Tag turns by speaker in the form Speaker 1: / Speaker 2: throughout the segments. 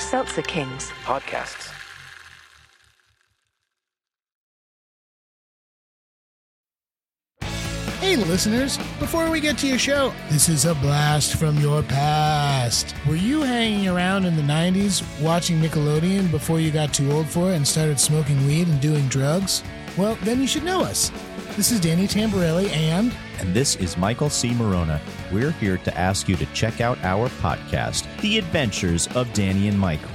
Speaker 1: Seltzer Kings.
Speaker 2: podcasts.
Speaker 3: Hey, listeners, before we get to your show, this is a blast from your past. Were you hanging around in the 90s watching Nickelodeon before you got too old for it and started smoking weed and doing drugs? Well, then you should know us. This is Danny Tamborelli and.
Speaker 4: and this is Michael C. Morona. We're here to ask you to check out our podcast, The Adventures of Danny and Michael.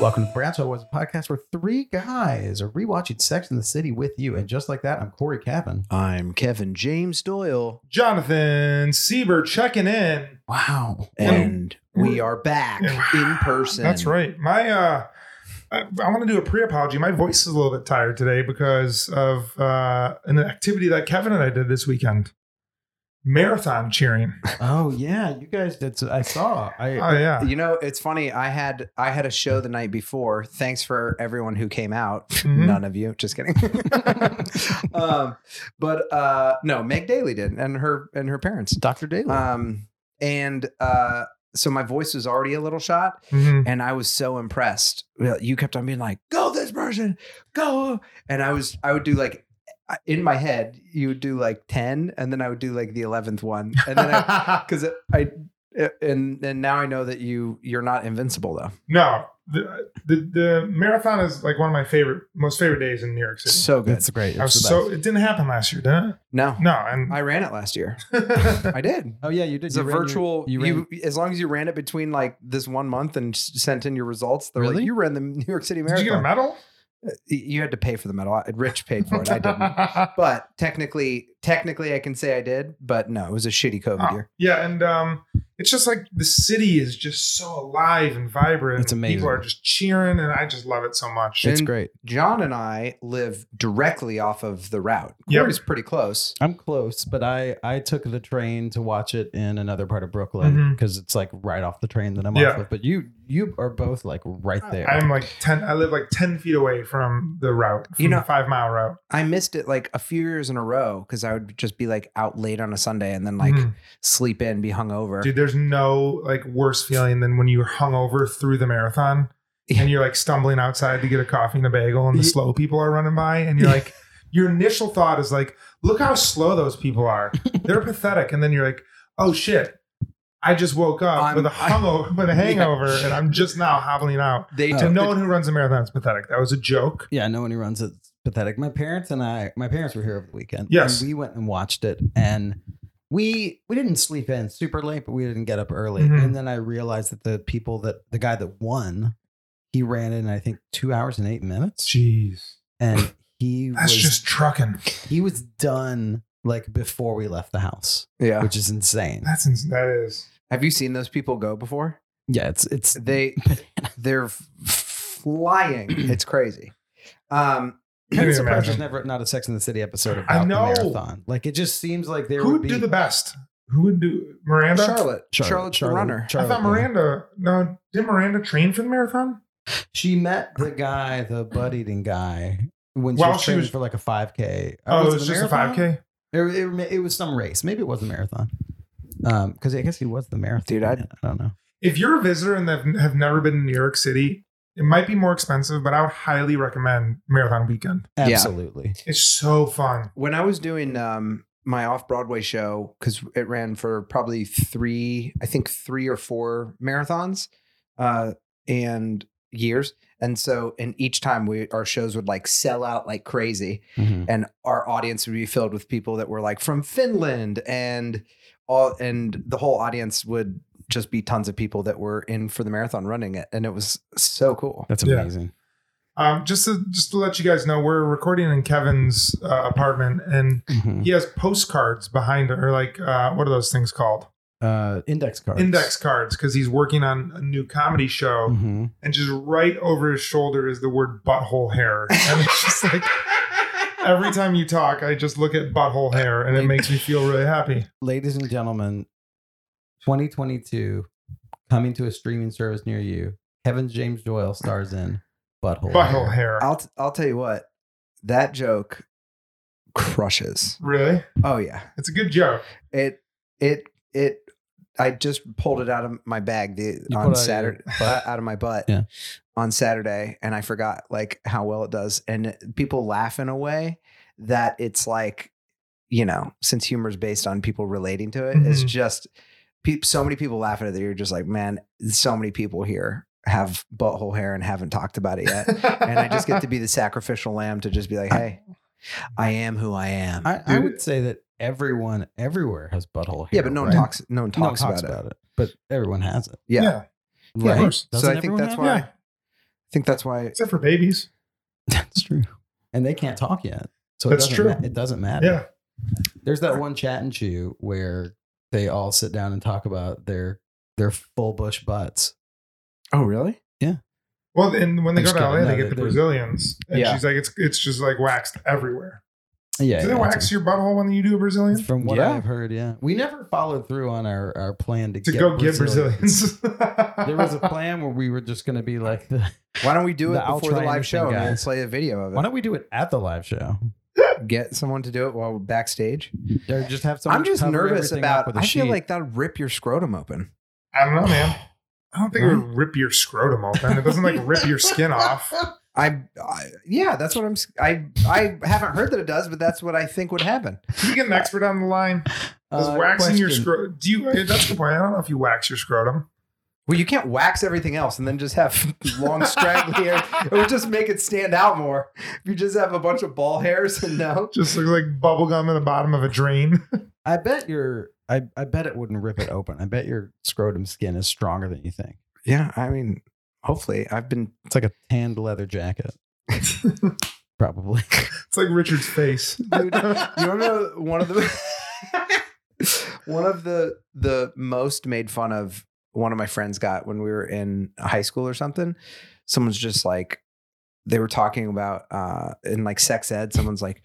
Speaker 5: Welcome to Bradshaw was a podcast where three guys are rewatching Sex in the City with you. And just like that, I'm Corey Cavan.
Speaker 6: I'm Kevin James Doyle,
Speaker 7: Jonathan Sieber checking in.
Speaker 5: Wow.
Speaker 6: and we are back in person.
Speaker 7: That's right. My uh I, I want to do a pre-apology. My voice is a little bit tired today because of uh an activity that Kevin and I did this weekend. Marathon cheering.
Speaker 5: Oh, yeah. You guys did. So, I saw. I,
Speaker 7: Oh yeah.
Speaker 6: You know, it's funny. I had I had a show the night before. Thanks for everyone who came out.
Speaker 7: Mhm.
Speaker 6: None of you. Just kidding. um, but uh, no, Meg Daly did, and her and her parents.
Speaker 5: Dr.
Speaker 8: Hmm.
Speaker 5: Daly.
Speaker 6: Um, and uh, so my voice was already a little shot,
Speaker 7: Mhm.
Speaker 6: and I was so impressed. Well, You kept on being like, "Go this person, go," and I was I would do like in my head you would do like ten, and then I would do like the eleventh one, and then I because I and and now I know that you you're not invincible though.
Speaker 7: no. The, the the marathon is like one of my favorite most favorite days in New York City.
Speaker 6: So good.
Speaker 5: That's great.
Speaker 7: I was so it didn't happen last year, did it?
Speaker 6: No,
Speaker 7: No, and
Speaker 6: I ran it last year.
Speaker 7: I,
Speaker 6: I did.
Speaker 5: oh, yeah. You did.
Speaker 6: It's
Speaker 5: You
Speaker 6: a
Speaker 5: ran your-
Speaker 6: virtual.
Speaker 5: you
Speaker 6: You,
Speaker 5: ran-
Speaker 6: as long as you ran it between like this one month and s- sent in your results, they're
Speaker 5: Really?
Speaker 6: like you ran the New York City
Speaker 7: did
Speaker 6: Marathon. Uh,
Speaker 7: you get a medal?
Speaker 6: you had to pay for the medal. I- Rich paid for it. I didn't. but technically, technically, I can say I did. But no, it was a shitty COVID
Speaker 7: Oh,
Speaker 6: year.
Speaker 7: Yeah, and um, it's just like the city is just so alive and vibrant.
Speaker 5: It's amazing.
Speaker 7: People are just cheering, and I just love it so much.
Speaker 5: It's
Speaker 6: And
Speaker 5: great.
Speaker 6: John and I live directly off of the route.
Speaker 7: Yep.
Speaker 6: Corey's pretty close.
Speaker 5: I'm close, but I I took the train to watch it in another part of Brooklyn
Speaker 7: Mhm.
Speaker 5: because it's like right off the train that I'm
Speaker 7: Yeah. Uh,
Speaker 5: off of. But you you are both like right there.
Speaker 7: I'm like ten. I live like ten feet away from the route. From
Speaker 6: You know-
Speaker 7: the five mile route.
Speaker 6: I missed it like a few years in a row because I would just be like out late on a Sunday and then like
Speaker 7: Mhm.
Speaker 6: sleep in, be hungover.
Speaker 7: dude, there's no like worse feeling than when you're hungover through the marathon and you're like stumbling outside to get a coffee and a bagel, and the
Speaker 6: Ye-
Speaker 7: slow people are running by, and you're like, your initial thought is like, look how slow those people are. They're pathetic, and then you're like, oh shit. I just woke up
Speaker 6: I'm-
Speaker 7: with a
Speaker 6: I-
Speaker 7: hungover, with a hangover, and I'm just now hobbling out.
Speaker 6: they
Speaker 5: Oh.
Speaker 7: to
Speaker 6: took
Speaker 7: no
Speaker 6: the-
Speaker 7: one who runs a marathon is pathetic. That was a joke.
Speaker 5: yeah, no one who runs it's pathetic. My parents and I, my parents were here over the weekend.
Speaker 7: Yes.
Speaker 5: and we went and watched it, and we we didn't sleep in super late, but we didn't get up early.
Speaker 7: Mhm.
Speaker 5: And then I realized that the people that the guy that won, he ran in I think two hours and eight minutes,
Speaker 7: Jeez.
Speaker 5: and he
Speaker 7: That's
Speaker 5: was
Speaker 7: just trucking.
Speaker 5: he was done like before we left the house,
Speaker 6: yeah.
Speaker 5: which is insane.
Speaker 7: That's ins- that is.
Speaker 6: Have you seen those people go before?
Speaker 5: Yeah, it's it's
Speaker 6: They they're f- flying. It's crazy. Um,
Speaker 7: Can
Speaker 5: I'm
Speaker 7: you
Speaker 5: surprised there's
Speaker 7: imagine?
Speaker 5: never not a Sex in the City episode about
Speaker 7: I
Speaker 5: the
Speaker 7: know.
Speaker 5: marathon. Like it just seems like there
Speaker 7: Who
Speaker 5: would
Speaker 7: would
Speaker 5: be
Speaker 7: do the best? Who would do Miranda?
Speaker 6: Charlotte. Charlotte's the runner.
Speaker 7: I
Speaker 5: yeah.
Speaker 7: thought Miranda. No, did Miranda train for the marathon?
Speaker 5: She met the guy, the butt eating guy, when she
Speaker 7: Well,
Speaker 5: was
Speaker 7: she
Speaker 5: training
Speaker 7: was-
Speaker 5: for like a 5K.
Speaker 7: Oh, it was
Speaker 5: the
Speaker 7: just
Speaker 5: marathon?
Speaker 7: a 5K.
Speaker 5: It, it, it was some race. Maybe it was a marathon. Um, because I guess he was the marathon.
Speaker 6: Dude, I-
Speaker 5: man. I don't know.
Speaker 7: If you're a visitor and have, have never been in New York City, it might be more expensive, but I would highly recommend Marathon Weekend.
Speaker 6: Yeah.
Speaker 5: Absolutely.
Speaker 7: It's so fun.
Speaker 6: when I was doing um, my off Broadway show, because it ran for probably three, I think three or four marathons, uh, and years. And so, and each time we our shows would like sell out like crazy,
Speaker 5: Mhm.
Speaker 6: and our audience would be filled with people that were like from Finland and all and the whole audience would just be tons of people that were in for the marathon running it and it was so cool.
Speaker 5: That's
Speaker 7: Yeah.
Speaker 5: amazing.
Speaker 7: Um, just to just to let you guys know, we're recording in Kevin's uh, apartment, and
Speaker 5: Mhm.
Speaker 7: he has postcards behind, or like uh, what are those things called?
Speaker 5: Uh, index cards.
Speaker 7: Index cards, because he's working on a new comedy show,
Speaker 5: Mhm.
Speaker 7: and just right over his shoulder is the word butthole hair, and it's just like every time you talk, I just look at butthole hair, and it makes me feel really happy.
Speaker 5: Ladies and gentlemen, 2022 coming to a streaming service near you. Kevin James Doyle stars in Butthole.
Speaker 7: Butthole hair,
Speaker 6: I'll t- I'll tell you what, that joke crushes.
Speaker 7: really?
Speaker 6: Oh yeah,
Speaker 7: It's a good joke.
Speaker 6: it it it. I just pulled it out of my bag the, on
Speaker 5: You pulled it out of
Speaker 6: Saturday uh,
Speaker 5: your butt?
Speaker 6: out of my butt
Speaker 5: Yeah.
Speaker 6: on Saturday, and I forgot like how well it does, and people laugh in a way that it's like you know since humor is based on people relating to it, it's
Speaker 5: Mm-hmm.
Speaker 7: Mhm.
Speaker 6: just peop so many people laugh at it that you're just like, man, so many people here have butthole hair and haven't talked about it yet and I just get to be the sacrificial lamb to just be like, hey, I am who I am.
Speaker 5: I, I would say that everyone everywhere has butthole hair.
Speaker 6: yeah, but no one
Speaker 5: right?
Speaker 6: talks. No one
Speaker 5: No one
Speaker 6: talks, about, it.
Speaker 5: But everyone has it.
Speaker 6: Yeah.
Speaker 7: Yeah. Yeah, of
Speaker 5: Right?
Speaker 7: course.
Speaker 5: Doesn't
Speaker 6: so I think
Speaker 5: everyone
Speaker 6: that's
Speaker 5: have
Speaker 6: why.
Speaker 7: Yeah.
Speaker 6: I think that's why.
Speaker 7: Except for babies.
Speaker 5: it? that's true. And they can't talk yet. So
Speaker 7: That's
Speaker 5: it doesn't
Speaker 7: true.
Speaker 5: ma- it doesn't matter.
Speaker 7: Yeah.
Speaker 5: There's that one chat and chew where they all sit down and talk about their their full bush butts.
Speaker 6: Oh, really?
Speaker 7: Well, and when they
Speaker 5: I'm
Speaker 7: go
Speaker 5: just
Speaker 7: to LA,
Speaker 5: kidding.
Speaker 7: they
Speaker 5: No,
Speaker 7: get
Speaker 5: they
Speaker 7: the
Speaker 5: do.
Speaker 7: Brazilians, and
Speaker 6: Yeah.
Speaker 7: she's like, "It's it's just like waxed everywhere."
Speaker 5: Yeah.
Speaker 7: Do
Speaker 5: yeah,
Speaker 7: they
Speaker 5: that's
Speaker 7: wax your butthole when you do a Brazilian?
Speaker 5: From what
Speaker 6: Yeah.
Speaker 5: I've heard, yeah. We never followed through on our, our plan to,
Speaker 7: To go get Brazilians.
Speaker 5: there was a plan where we were just going to be like, the,
Speaker 6: Why don't we do it
Speaker 5: The
Speaker 6: before
Speaker 5: I'll
Speaker 6: the
Speaker 5: try
Speaker 6: live
Speaker 5: anything,
Speaker 6: show and we'll
Speaker 5: guys.
Speaker 6: play a video of it?
Speaker 5: why don't we do it at the live show?
Speaker 6: get someone to do it while we're backstage?
Speaker 5: Or just have someone
Speaker 6: I'm just
Speaker 5: cover
Speaker 6: nervous
Speaker 5: everything up
Speaker 6: about.
Speaker 5: with a
Speaker 6: I feel
Speaker 5: sheet.
Speaker 6: like that'll rip your scrotum open.
Speaker 7: I don't know, man. I don't think it would rip your scrotum open. It doesn't like rip your skin off.
Speaker 6: I, I yeah, that's what I'm. s- I I haven't heard that it does, but that's what I think would happen.
Speaker 7: Can we get an expert on the line? Does
Speaker 5: Uh,
Speaker 7: waxing your
Speaker 5: question.
Speaker 7: scrotum? Do you? eh, That's a good point. I don't know if you wax your scrotum.
Speaker 6: Well, you can't wax everything else and then just have long straggly hair. It would just make it stand out more. If you just have a bunch of ball hairs and no.
Speaker 7: Just looks like bubble gum in the bottom of a drain.
Speaker 5: I bet your I, I bet it wouldn't rip it open. I bet your scrotum skin is stronger than you think.
Speaker 6: Yeah, I mean, hopefully, I've been.
Speaker 5: It's like a tanned leather jacket. Probably.
Speaker 7: It's like Richard's face.
Speaker 6: Dude, you remember one of the one of the the most made fun of one of my friends got when we were in high school or something. Someone's just like they were talking about uh in like sex ed. Someone's like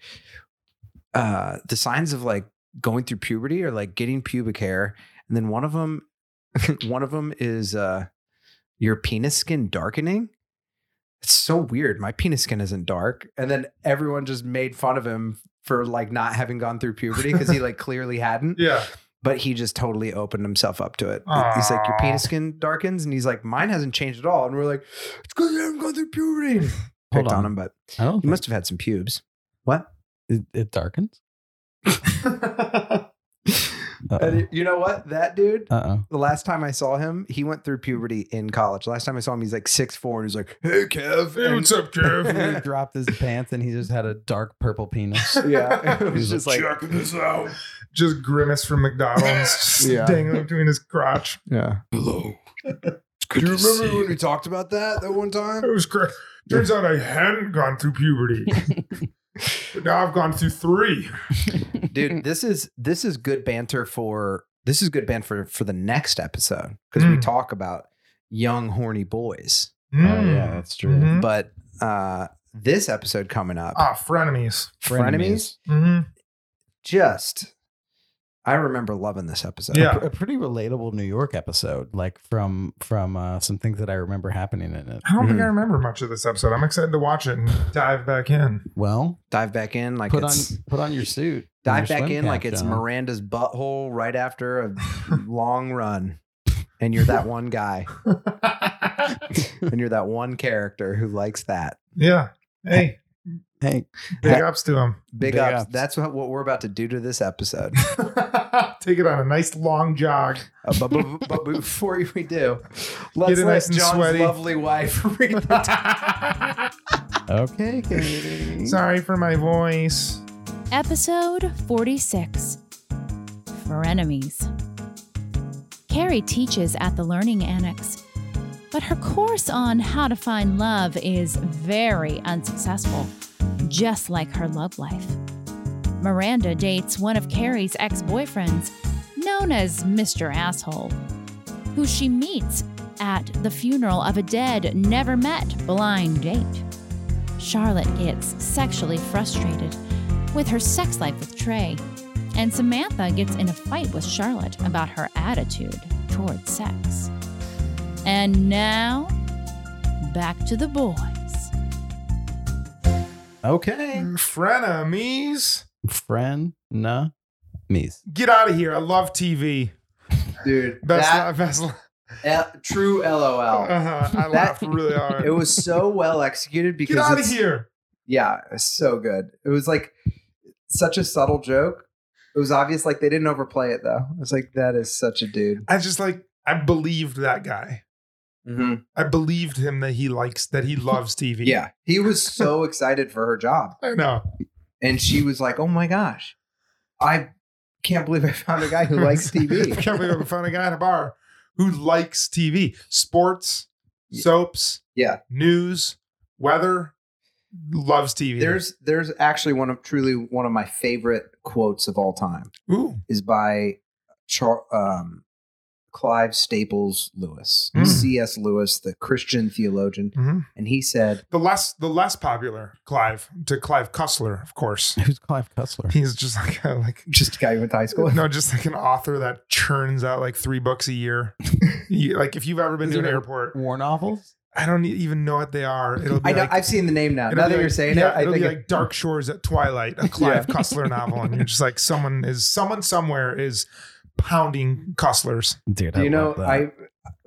Speaker 6: uh the signs of like going through puberty or like getting pubic hair, and then one of them one of them is uh your penis skin darkening. It's so weird. My penis skin isn't dark. And then everyone just made fun of him for like not having gone through puberty because he like clearly hadn't.
Speaker 7: Yeah.
Speaker 6: But he just totally opened himself up to it. He's like, Your
Speaker 7: Aw.
Speaker 6: penis skin darkens. And he's like, Mine hasn't changed at all. And we're like, It's because you haven't gone through puberty. Picked
Speaker 5: Hold
Speaker 6: on.
Speaker 5: on.
Speaker 6: him, but
Speaker 5: I don't
Speaker 6: you
Speaker 5: think
Speaker 6: must have had some pubes. What?
Speaker 5: it, it darkens.
Speaker 6: And
Speaker 5: Uh
Speaker 6: you- you know what? That dude,
Speaker 5: oh.
Speaker 6: the last time I saw him, he went through puberty in college. Last time I saw him, he's like six four, and he's like, "Hey, Kev,
Speaker 7: Hey, what's up, Kev?
Speaker 5: he dropped his pants and he just had a dark purple penis.
Speaker 6: yeah, it was
Speaker 5: He's
Speaker 6: just like,
Speaker 7: checking this out. Just grimace from McDonald's, just
Speaker 6: Yeah.
Speaker 7: dangling between his crotch.
Speaker 6: yeah. Hello. Do you remember when we talked about that that one time?
Speaker 7: It was cra Turns out I hadn't gone through puberty, but now I've gone through three.
Speaker 6: Oh, Dude, this is this is good banter for this is good banter for, for the next episode because we
Speaker 7: Mm.
Speaker 6: talk about young horny boys.
Speaker 7: Mm.
Speaker 5: that's
Speaker 7: Mhm.
Speaker 6: But uh this episode coming up,
Speaker 7: Ah, frenemies.
Speaker 6: frenemies,
Speaker 7: Mhm.
Speaker 6: just I remember loving this episode.
Speaker 7: Yeah.
Speaker 5: A pretty relatable New York episode, like from from uh, some things that I remember happening in it.
Speaker 7: I don't think
Speaker 6: Mhm.
Speaker 7: I remember much of this episode. I'm excited to watch it and dive back in.
Speaker 5: Well,
Speaker 6: Dive back in like
Speaker 5: put on
Speaker 6: it's
Speaker 5: put on your suit. and your
Speaker 6: dive back
Speaker 5: swim
Speaker 6: in like
Speaker 5: cap,
Speaker 6: it's
Speaker 5: John.
Speaker 6: Miranda's butthole right after a long run. And you're that one guy. and you're that one character who likes that.
Speaker 7: Yeah. Hey,
Speaker 5: Hank.
Speaker 7: Big ups to him.
Speaker 6: Big,
Speaker 5: Big
Speaker 6: ups.
Speaker 5: ups.
Speaker 6: That's what, what we're about to do to this episode.
Speaker 7: Take it on a nice long jog.
Speaker 6: Uh, but, but, but before we do,
Speaker 7: Get
Speaker 6: let's
Speaker 7: it
Speaker 6: let
Speaker 7: nice and
Speaker 6: John's
Speaker 7: sweaty.
Speaker 6: lovely wife read the
Speaker 5: Okay, Katie.
Speaker 7: Sorry for my voice.
Speaker 9: Episode 46 Frenemies. Carrie teaches at the Learning Annex, but her course on how to find love is very unsuccessful, just like her love life. Miranda dates one of Carrie's ex boyfriends, known as Mr. Asshole, who she meets at the funeral of a dead, never met blind date. Charlotte gets sexually frustrated with her sex life with Trey, and Samantha gets in a fight with Charlotte about her attitude toward sex. And now, back to the boys.
Speaker 5: Okay.
Speaker 7: Frenemies.
Speaker 5: Friend, nah, me's.
Speaker 7: Get out of here. I love TV.
Speaker 6: dude.
Speaker 7: That's
Speaker 6: that
Speaker 7: not best. li-
Speaker 6: L- true LOL.
Speaker 7: Uh-huh. I
Speaker 6: That-
Speaker 7: laughed really hard.
Speaker 6: it was so well executed because
Speaker 7: Get out of
Speaker 6: it's-
Speaker 7: here.
Speaker 6: Yeah, it's so good. It was like such a subtle joke. It was obvious, like they didn't overplay it though. It's like that is such a dude.
Speaker 7: I just like I believed that guy.
Speaker 6: Mm-hmm.
Speaker 7: I believed him that he likes that he loves TV.
Speaker 6: Yeah, he was so excited for her job,
Speaker 7: I know.
Speaker 6: and she was like, "Oh my gosh, I can't believe I found a guy who likes
Speaker 7: I
Speaker 6: TV."
Speaker 7: can't believe I found a guy in a bar who likes TV, sports, soaps,
Speaker 6: Yeah.
Speaker 7: news, weather. Loves TV.
Speaker 6: There's there's actually one of truly one of my favorite quotes of all time
Speaker 7: ooh
Speaker 6: is by Char- um, Clive Staples Lewis,
Speaker 7: Mm.
Speaker 6: C.S. Lewis, the Christian theologian,
Speaker 7: Mhm.
Speaker 6: and he said,
Speaker 7: the less the less popular Clive to Clive Cussler, of course.
Speaker 5: Who's Clive Cussler?
Speaker 7: He's just like a, like
Speaker 6: "Just a guy who went to high school."
Speaker 7: No, just like an author that churns out like three books a year. You- like if you've ever been
Speaker 8: Is
Speaker 7: to an
Speaker 8: it a-
Speaker 7: airport,
Speaker 8: War novels?
Speaker 7: I don't e- even know what they are. It'll be
Speaker 6: I know,
Speaker 7: like,
Speaker 6: I've seen the name now.
Speaker 7: it'll
Speaker 6: Now that
Speaker 7: be like-
Speaker 6: you're saying
Speaker 7: yeah,
Speaker 6: it, I
Speaker 7: it'll
Speaker 6: think
Speaker 7: be
Speaker 6: it-
Speaker 7: like Dark Shores at Twilight, a Clive Cussler novel, and you're just like someone is someone somewhere is pounding Cusslers.
Speaker 5: Dude,
Speaker 6: Do you know,
Speaker 5: love that.
Speaker 6: I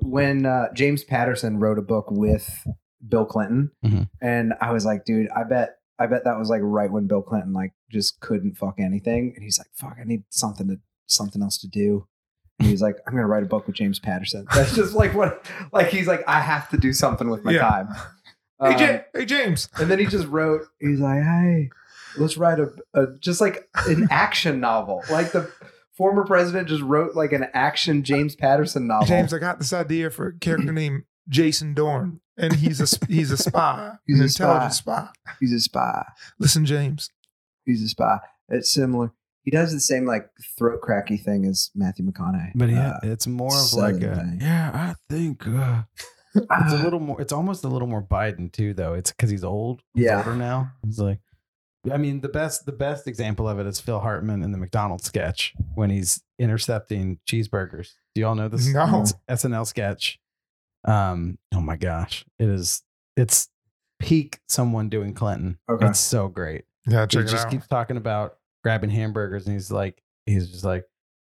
Speaker 6: when uh, James Patterson wrote a book with Bill Clinton,
Speaker 7: Mm-hmm.
Speaker 5: Mhm.
Speaker 6: and I was like, dude, I bet, I bet that was like right when Bill Clinton like just couldn't fuck anything, and he's like, fuck, I need something to something else to do. And he's like, I'm gonna write a book with James Patterson. That's just like what, like he's like, I have to do something with my
Speaker 7: Yeah.
Speaker 6: time.
Speaker 7: Hey,
Speaker 6: Um,
Speaker 7: Ja- hey James,
Speaker 6: and then he just wrote, he's like, hey, let's write a, a just like an action novel, like the. Former president just wrote like an action James Patterson novel.
Speaker 7: James, I got this idea for a character named Jason Dorn, and he's a sp- he's a spy,
Speaker 6: He's
Speaker 7: an
Speaker 6: a spy.
Speaker 7: intelligent spy.
Speaker 6: He's a spy.
Speaker 7: Listen, James,
Speaker 6: He's a spy. It's similar. He does the same like throat cracky thing as Matthew McConaughey.
Speaker 5: But yeah,
Speaker 6: Uh,
Speaker 5: it's more of like
Speaker 6: Southern
Speaker 5: a
Speaker 6: thing.
Speaker 5: yeah. I think uh, it's
Speaker 6: Ah.
Speaker 5: a little more. It's almost a little more Biden too, though. It's because he's old. He's
Speaker 6: Yeah.
Speaker 5: older now. He's like, I mean, the best the best example of it is Phil Hartman in the McDonald's sketch when he's intercepting cheeseburgers. Do y'all know this?
Speaker 7: No.
Speaker 5: It's SNL sketch. Um. Oh my gosh, it is. It's peak someone doing Clinton.
Speaker 6: Okay.
Speaker 5: It's so great
Speaker 7: yeah, check
Speaker 5: he
Speaker 7: it
Speaker 5: just
Speaker 7: out.
Speaker 5: keeps talking about grabbing hamburgers and he's like he's just like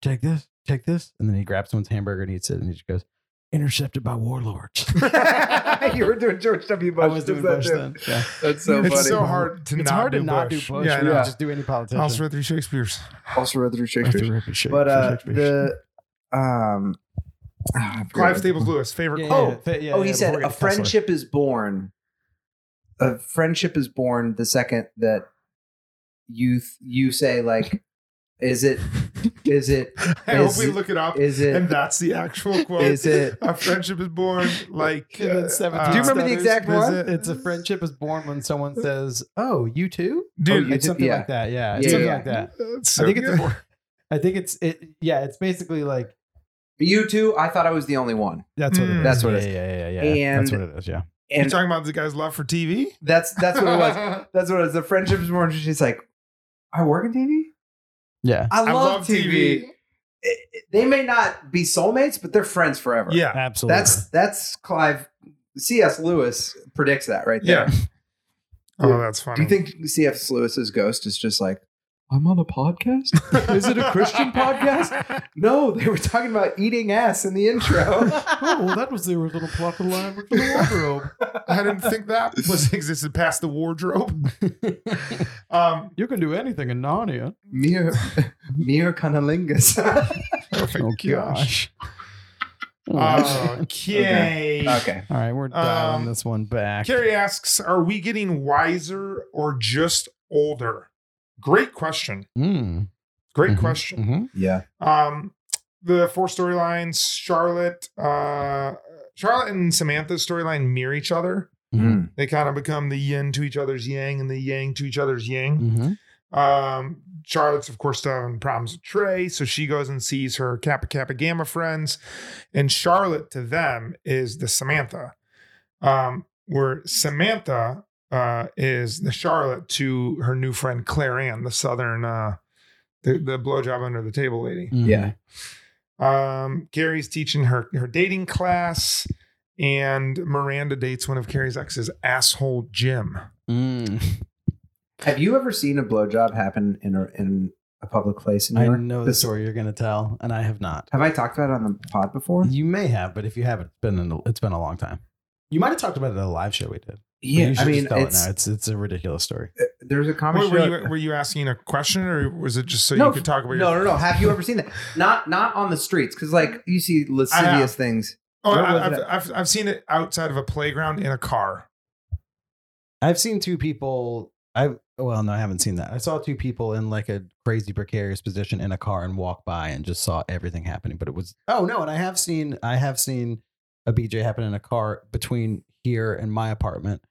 Speaker 5: take this take this and then he grabs someone's hamburger and eats it and he just goes intercepted by warlords
Speaker 6: you were doing George W. Bush.
Speaker 5: i was doing
Speaker 6: Is that
Speaker 5: bush
Speaker 6: it?
Speaker 5: then yeah.
Speaker 6: That's so
Speaker 7: it's
Speaker 6: funny.
Speaker 7: so hard to
Speaker 5: it's
Speaker 7: not
Speaker 5: hard
Speaker 7: do
Speaker 5: to not do
Speaker 7: Bush.
Speaker 5: bush
Speaker 7: Yeah, I
Speaker 5: when you
Speaker 7: know.
Speaker 5: just do any politician
Speaker 7: I'll read through Shakespeare's.
Speaker 6: Also read through Shakespeare. But uh, the um, ah, I forgot
Speaker 7: Clive
Speaker 6: what-
Speaker 7: Staples Lewis, favorite.
Speaker 5: yeah, yeah,
Speaker 7: quote.
Speaker 5: yeah, fa- yeah,
Speaker 6: oh, he
Speaker 5: yeah,
Speaker 6: said
Speaker 5: before we
Speaker 6: a
Speaker 5: get to Kessler.
Speaker 6: friendship is born. A friendship is born the second that you th- you say like, is it is it
Speaker 7: I hope
Speaker 6: is-
Speaker 7: we look it up,
Speaker 6: is it
Speaker 7: and that's the actual quote.
Speaker 6: is it
Speaker 7: Our friendship is born like.
Speaker 5: And then
Speaker 7: uh,
Speaker 5: 17
Speaker 7: uh,
Speaker 6: Do you remember the
Speaker 5: stutters.
Speaker 6: exact
Speaker 7: is
Speaker 6: one?
Speaker 7: it-
Speaker 5: it's a friendship is born when someone says oh you too
Speaker 7: Dude,
Speaker 6: Oh, you
Speaker 5: it's something
Speaker 6: yeah.
Speaker 5: like that yeah
Speaker 6: Yeah,
Speaker 5: it's something
Speaker 6: yeah.
Speaker 5: like that
Speaker 7: It's so
Speaker 5: I think it's
Speaker 7: good.
Speaker 5: i think it's it yeah it's basically like
Speaker 6: You two, I thought I was the only one.
Speaker 5: that's what it
Speaker 7: Mm.
Speaker 5: is
Speaker 6: That's what it
Speaker 5: Hmm. yeah,
Speaker 6: is.
Speaker 5: yeah yeah yeah yeah
Speaker 6: And-
Speaker 5: that's what it is yeah
Speaker 7: You're
Speaker 6: And
Speaker 7: talking about the guy's love for TV.
Speaker 6: that's that's what it was. That's what it was. The friendship is more She's like, I work in TV?
Speaker 5: yeah
Speaker 6: I love, TV. It- it- they may not be soulmates, but they're friends forever.
Speaker 7: Yeah,
Speaker 5: absolutely
Speaker 6: That's that's Clive C.S. Lewis predicts that right there.
Speaker 7: yeah. Oh, that's funny.
Speaker 6: Do you think C.S. Lewis's ghost is just like, I'm on a podcast? Is it a Christian podcast? No, they were talking about eating ass in the intro.
Speaker 5: oh, well, that was the original plot line for the wardrobe.
Speaker 7: I didn't think that was existed past the wardrobe. Um,
Speaker 5: You can do anything in Narnia.
Speaker 6: Mere, mere cunnilingus.
Speaker 5: Oh gosh.
Speaker 7: okay.
Speaker 6: okay.
Speaker 5: All right, we're dialing
Speaker 7: Um,
Speaker 5: this one back.
Speaker 7: Carrie asks, "Are we getting wiser or just older?" Great question.
Speaker 5: Mm.
Speaker 7: Great
Speaker 5: Mhm.
Speaker 7: question.
Speaker 5: Mhm.
Speaker 6: Yeah.
Speaker 7: Um, the four storylines, Charlotte, uh, Charlotte and Samantha's storyline mirror each other.
Speaker 5: Mhm.
Speaker 7: They kind of become the yin to each other's yang and the yang to each other's yang.
Speaker 5: Mhm.
Speaker 7: Um, Charlotte's, of course, still having problems with Trey, so she goes and sees her Kappa Kappa Gamma friends, and Charlotte to them is the Samantha, um, where Samantha uh, is the Charlotte to her new friend Claire Ann, the Southern, uh, the the blowjob under the table lady.
Speaker 5: Mhm.
Speaker 6: Yeah.
Speaker 7: Um, Carrie's teaching her her dating class, and Miranda dates one of Carrie's exes, asshole Jim.
Speaker 5: Mm.
Speaker 6: Have you ever seen a blowjob happen in a in a public place in New
Speaker 5: I
Speaker 6: York?
Speaker 5: know the
Speaker 6: This-
Speaker 5: story you're going to tell, and I have not.
Speaker 6: Have I talked about it on the pod before?
Speaker 5: You may have, but if you haven't, it's been a, it's been a long time. You might have talked about it at a live show we did. but
Speaker 6: Yeah,
Speaker 5: you should
Speaker 6: I
Speaker 5: just
Speaker 6: mean,
Speaker 5: tell it
Speaker 6: it's,
Speaker 5: now. It's it's a ridiculous story.
Speaker 6: there's a comedy
Speaker 7: Wait, were
Speaker 6: show.
Speaker 7: you were you asking a question, or was it just so
Speaker 6: No,
Speaker 7: you could talk about your?
Speaker 6: no, no, no. Have you ever seen that? Not not on the streets, because like you see
Speaker 7: I have.
Speaker 6: lascivious things.
Speaker 7: Oh,
Speaker 6: Where was
Speaker 7: I, I've,
Speaker 6: it
Speaker 7: I've I've seen it outside of a playground in a car.
Speaker 5: I've seen two people. I well, no, I haven't seen that. I saw two people in like a crazy precarious position in a car and walk by and just saw everything happening. But it was oh no, and I have seen I have seen a BJ happen in a car between here and my apartment.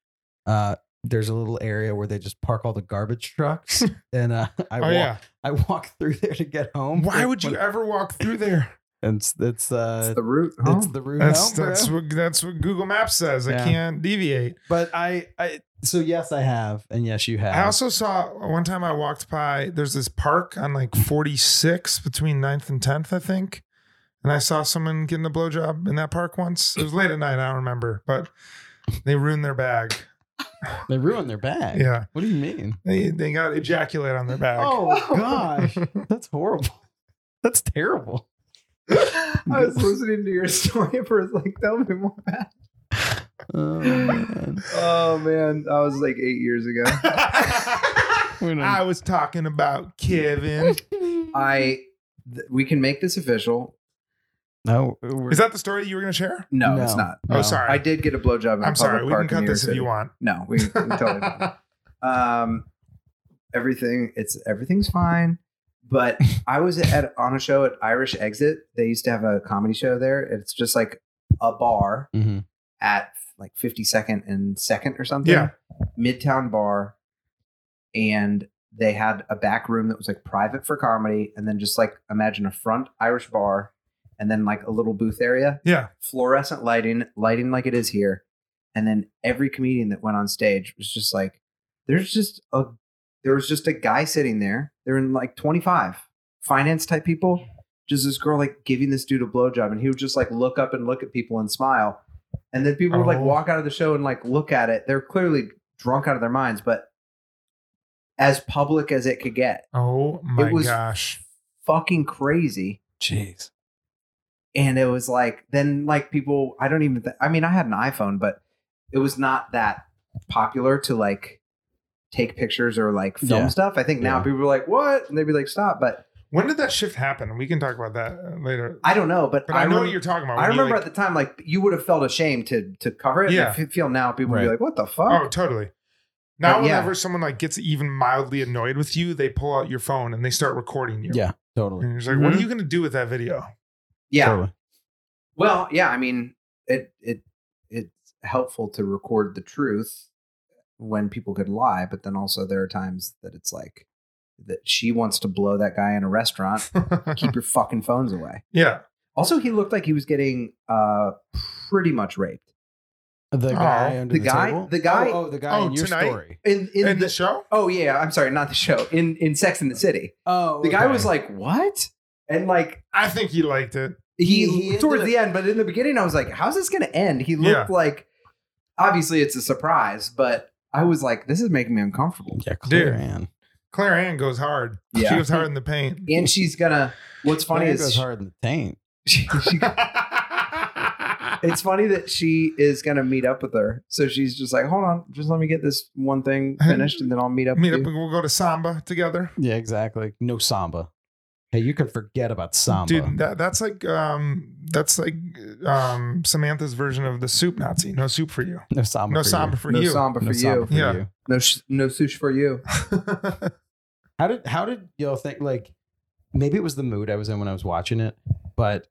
Speaker 5: Uh, there's a little area where they just park all the garbage trucks, and uh, I
Speaker 7: oh
Speaker 5: walk
Speaker 7: yeah.
Speaker 5: I walk through there to get home.
Speaker 7: Why would you ever walk through there?
Speaker 5: And it's it's
Speaker 6: It's
Speaker 5: uh
Speaker 6: the root.
Speaker 5: it's
Speaker 6: home.
Speaker 5: the route.
Speaker 7: That's
Speaker 5: home,
Speaker 7: that's
Speaker 5: bro.
Speaker 7: what that's what Google Maps says.
Speaker 5: Yeah.
Speaker 7: I can't deviate.
Speaker 5: But I I so yes I have and yes you have.
Speaker 7: I also saw one time I walked by. There's this park on like 46 between 9th and 10th, I think. And I saw someone getting a blowjob in that park once. It was late at night. I don't remember, but they ruined their bag.
Speaker 5: they ruined their bag.
Speaker 7: Yeah,
Speaker 5: What do you mean?
Speaker 7: they they got ejaculate on their bag.
Speaker 5: Oh gosh, that's horrible. That's terrible.
Speaker 6: I was listening to your story and I was like, tell me more.
Speaker 5: Oh man.
Speaker 6: Oh man, that was like eight years ago.
Speaker 7: I was talking about Kevin.
Speaker 6: I th- we can make this official.
Speaker 5: No, we're,
Speaker 7: Is that the story you were going to share?
Speaker 6: No,
Speaker 5: No.
Speaker 6: it's not.
Speaker 7: Oh, sorry.
Speaker 6: I did get a blowjob. in a
Speaker 7: I'm sorry.
Speaker 6: public
Speaker 7: We
Speaker 6: park
Speaker 7: can
Speaker 6: in
Speaker 7: cut
Speaker 6: New York
Speaker 7: this if
Speaker 6: City.
Speaker 7: you want.
Speaker 6: No, we, we totally. don't. um everything it's everything's fine but i was at on a show at irish exit they used to have a comedy show there it's just like a bar
Speaker 5: Mhm.
Speaker 6: at like 52nd and second or something
Speaker 7: Yeah.
Speaker 6: midtown bar and they had a back room that was like private for comedy and then just like imagine a front irish bar and then like a little booth area
Speaker 7: Yeah.
Speaker 6: fluorescent lighting, lighting like it is here. And then every comedian that went on stage was just like, there's just a there was just a guy sitting there. They're in like 25 finance type people. Just this girl like giving this dude a blowjob, and he would just like look up and look at people and smile. And then people would like
Speaker 7: Oh.
Speaker 6: walk out of the show and like look at it. They're clearly drunk out of their minds, but as public as it could get.
Speaker 7: Oh my
Speaker 6: it was
Speaker 7: gosh.
Speaker 6: fucking crazy
Speaker 5: jeez.
Speaker 6: and it was like then like people i don't even th- i mean i had an iphone but it was not that popular to like take pictures or like film
Speaker 5: Yeah.
Speaker 6: stuff i think now
Speaker 5: Yeah.
Speaker 6: people are like what and they'd be like stop but
Speaker 7: When did that shift happen? We can talk about that uh, later.
Speaker 6: i don't know but,
Speaker 7: But I, know
Speaker 6: rem-
Speaker 7: what you're talking about.
Speaker 6: I
Speaker 7: when you,
Speaker 6: remember
Speaker 7: like-
Speaker 6: at the time like you would have felt ashamed to to cover it
Speaker 7: Yeah.
Speaker 6: i f- feel now people would be
Speaker 5: Right.
Speaker 6: like what the
Speaker 7: Oh,
Speaker 6: fuck
Speaker 7: totally. Now,
Speaker 6: But yeah.
Speaker 7: whenever someone like gets even mildly annoyed with you, they pull out your phone and they start recording you.
Speaker 5: Yeah, totally.
Speaker 7: And it's like, what
Speaker 6: Mm-hmm.
Speaker 7: are you going to do with that video?
Speaker 6: yeah
Speaker 5: Totally.
Speaker 6: well yeah i mean it it it's helpful to record the truth when people could lie but then also there are times that it's like that she wants to blow that guy in a restaurant keep your fucking phones away.
Speaker 7: yeah.
Speaker 6: Also, he looked like he was getting uh pretty much raped.
Speaker 5: The guy
Speaker 7: Oh.
Speaker 5: under
Speaker 6: The
Speaker 5: the,
Speaker 6: guy-
Speaker 5: table?
Speaker 6: the guy-
Speaker 5: Oh, oh, the guy
Speaker 7: Oh,
Speaker 5: in your
Speaker 7: tonight?
Speaker 5: story.
Speaker 6: In in,
Speaker 7: And
Speaker 6: the,
Speaker 7: the show?
Speaker 6: oh yeah, I'm sorry, not the show. In in Sex in the City,
Speaker 5: Oh,
Speaker 6: the guy was like, "What?" And like
Speaker 7: I think he liked it.
Speaker 6: he,
Speaker 5: He- he
Speaker 6: towards
Speaker 5: ended
Speaker 6: the end, but in the beginning, I was like, "How's this gonna end?" He looked like obviously it's a surprise, but I was like, "This is making me uncomfortable."
Speaker 5: yeah,
Speaker 7: Dude.
Speaker 5: Claire Ann.
Speaker 7: Claire Ann goes hard. She
Speaker 6: Yeah.
Speaker 7: goes hard in the paint.
Speaker 6: and she's gonna. What's funny
Speaker 5: Claire
Speaker 6: is
Speaker 5: goes hard in the taint.
Speaker 6: she- she- it's funny that she is gonna meet up with her. So she's just like, hold on, just let me get this one thing finished, and then I'll meet up.
Speaker 7: Meet up
Speaker 6: with you."
Speaker 7: and we'll go to Samba together.
Speaker 5: Yeah, exactly. No samba. Hey, you can forget about samba.
Speaker 7: Dude, that, that's like um that's like um Samantha's version of the soup Nazi. No soup for you.
Speaker 5: no samba.
Speaker 7: No
Speaker 5: for you.
Speaker 7: Samba for
Speaker 6: No
Speaker 7: you.
Speaker 6: samba for
Speaker 5: No
Speaker 6: you.
Speaker 5: samba for
Speaker 7: Yeah.
Speaker 5: you.
Speaker 6: No, sh- no sushi for you.
Speaker 5: How did how did y'all think like maybe it was the mood I was in when I was watching it, but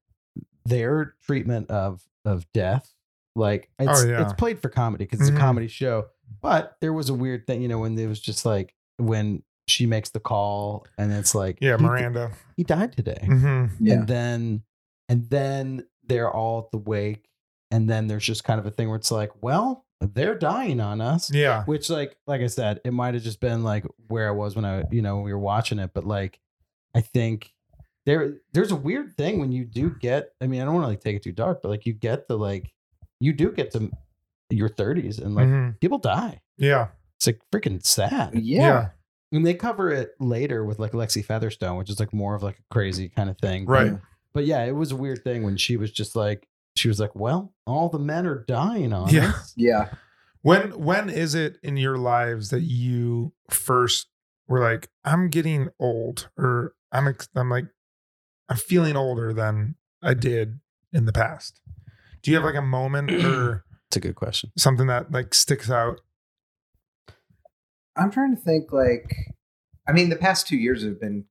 Speaker 5: their treatment of of death, like it's
Speaker 7: Oh, yeah.
Speaker 5: it's played for comedy because it's
Speaker 7: Mhm.
Speaker 5: a comedy show. But there was a weird thing, you know, when it was just like when she makes the call and it's like
Speaker 7: yeah,
Speaker 5: he-
Speaker 7: Miranda.
Speaker 5: he died today.
Speaker 7: hmm
Speaker 6: Yeah.
Speaker 5: And then and then they're all at the wake. And then there's just kind of a thing where it's like, well, they're dying on us
Speaker 7: Yeah.
Speaker 5: which like like i said it might have just been like where i was when i you know when we were watching it but like i think there there's a weird thing when you do get i mean i don't want to like take it too dark but like you get the like you do get to your 30s and like
Speaker 7: Mhm.
Speaker 5: people die
Speaker 7: Yeah.
Speaker 5: it's like freaking sad
Speaker 6: Yeah.
Speaker 5: and they cover it later with like lexi featherstone which is like more of like a crazy kind of thing
Speaker 7: Right.
Speaker 5: but yeah it was a weird thing when she was just like she was like well all the men are dying on
Speaker 7: Yeah.
Speaker 5: us
Speaker 6: Yeah.
Speaker 7: When when is it in your lives that you first were like, I'm getting old, or I'm ex- I'm like, I'm feeling older than I did in the past? Do you have like a moment or
Speaker 5: it's a good question
Speaker 7: something that like sticks out?
Speaker 6: I'm trying to think like I mean the past two years have been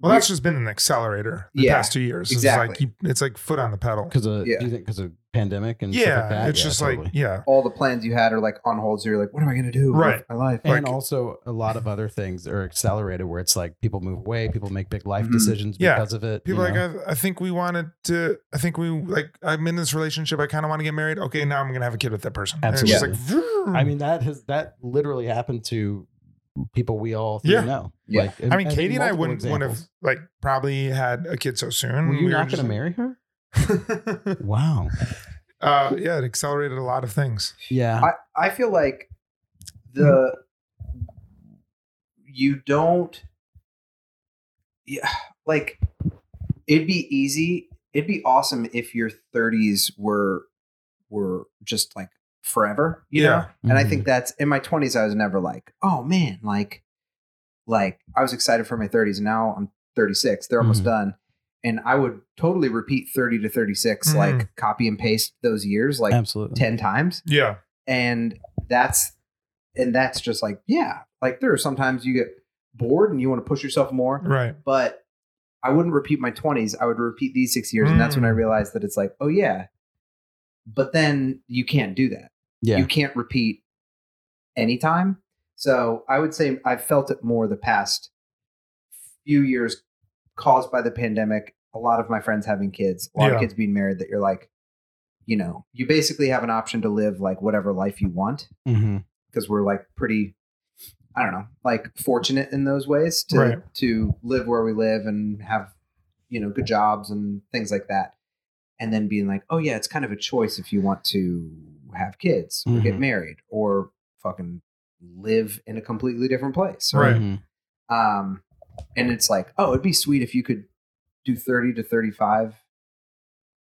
Speaker 7: Well, that's just been an accelerator the
Speaker 6: Yeah,
Speaker 7: past two years. It's like
Speaker 6: exactly.
Speaker 7: you, it's like foot on the pedal.
Speaker 5: because of
Speaker 6: Yeah.
Speaker 5: do you think because of pandemic and stuff like
Speaker 7: Yeah,
Speaker 5: that?
Speaker 7: it's
Speaker 5: Yeah,
Speaker 7: just
Speaker 5: totally.
Speaker 7: like yeah,
Speaker 6: all the plans you had are like on hold so you're like, what am I gonna do
Speaker 7: Right.
Speaker 6: with my life?
Speaker 5: and
Speaker 7: like-
Speaker 5: also a lot of other things are accelerated where it's like people move away, people make big life
Speaker 6: Mhm.
Speaker 5: decisions
Speaker 7: Mm-hmm. Yeah.
Speaker 5: because of it. you
Speaker 7: people are
Speaker 5: know?
Speaker 7: like I, I think we wanted to. I think we like I'm in this relationship. I kind of want to get married. Okay, now I'm gonna have a kid with that person. And it's just
Speaker 5: Absolutely.
Speaker 7: like, vroom.
Speaker 5: I mean, that has that literally happened to people we all three
Speaker 7: Yeah.
Speaker 5: know.
Speaker 6: Yeah.
Speaker 5: Like,
Speaker 7: I mean, Katie and I
Speaker 5: multiple
Speaker 7: wouldn't wouldn't have
Speaker 5: examples.
Speaker 7: like probably had a kid so soon.
Speaker 5: Were you
Speaker 7: We
Speaker 5: not going
Speaker 7: just
Speaker 5: to marry her?
Speaker 7: like-
Speaker 5: Wow.
Speaker 7: uh, yeah, it accelerated a lot of things.
Speaker 5: Yeah.
Speaker 6: I, I feel like the you don't yeah like it'd be easy it'd be awesome if your 30s were were just like forever you
Speaker 7: Yeah.
Speaker 6: know and i think that's in my 20s i was never like oh man like like i was excited for my 30s and now i'm 36 they're almost
Speaker 5: Mhm.
Speaker 6: done and i would totally repeat 30 to 36 like copy and paste those years like
Speaker 5: Absolutely.
Speaker 6: 10 times
Speaker 7: Yeah,
Speaker 6: and that's and that's just like yeah like there are sometimes you get bored and you want to push yourself more
Speaker 7: right.
Speaker 6: but i wouldn't repeat my 20s i would repeat these six years and that's when i
Speaker 7: Mm.
Speaker 6: realized that it's like oh yeah but then you can't do that
Speaker 5: Yeah.
Speaker 6: you can't repeat anytime so i would say i felt it more the past few years caused by the pandemic a lot of my friends having kids a lot
Speaker 7: Yeah.
Speaker 6: of kids being married that you're like you know you basically have an option to live like whatever life you want
Speaker 5: Mhm.
Speaker 6: because we're like pretty i don't know like fortunate in those ways to
Speaker 7: Right.
Speaker 6: to live where we live and have you know good jobs and things like that and then being like oh yeah it's kind of a choice if you want to have kids or get married or fucking live in a completely different place or
Speaker 7: Right.
Speaker 5: Mhm.
Speaker 6: um and it's like oh it'd be sweet if you could do 30 to 35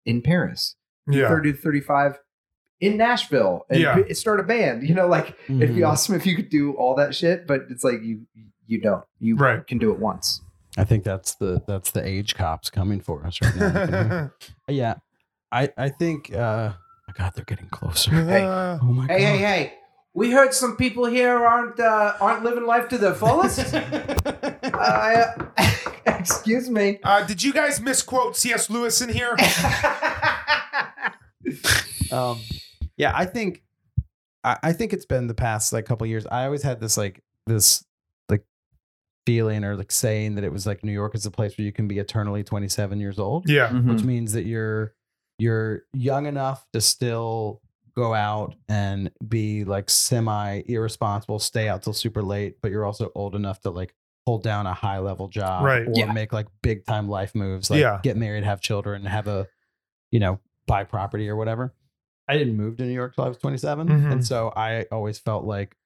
Speaker 6: in paris
Speaker 7: Yeah,
Speaker 6: 30 to 35 in Nashville and
Speaker 7: Yeah.
Speaker 6: p- start a band. You know, like it'd be
Speaker 5: Mhm.
Speaker 6: awesome if you could do all that shit, but it's like you you don't. You
Speaker 7: Right.
Speaker 6: can do it once.
Speaker 5: I think that's the that's the age cops coming for us right now. You know? yeah. I I think uh God, they're getting closer.
Speaker 7: Uh,
Speaker 5: Oh my god.
Speaker 6: Hey, hey, hey. We heard some people here aren't uh, aren't living life to the fullest. uh, excuse me.
Speaker 7: uh, did you guys misquote C.S. Lewis in here?
Speaker 5: um yeah i think I, I think it's been the past like couple years i always had this like this like feeling or like saying that it was like new york is a place where you can be eternally 27 years old
Speaker 7: yeah,
Speaker 5: which means that you're you're young enough to still go out and be like semi irresponsible stay out till super late but you're also old enough to like hold down a high level job
Speaker 7: Right.
Speaker 5: or
Speaker 6: Yeah.
Speaker 5: make like big time life moves like
Speaker 7: Yeah.
Speaker 5: get married have children have a you know buy property or whatever i didn't move to new york till i was 27
Speaker 7: Mhm.
Speaker 5: and so i always felt like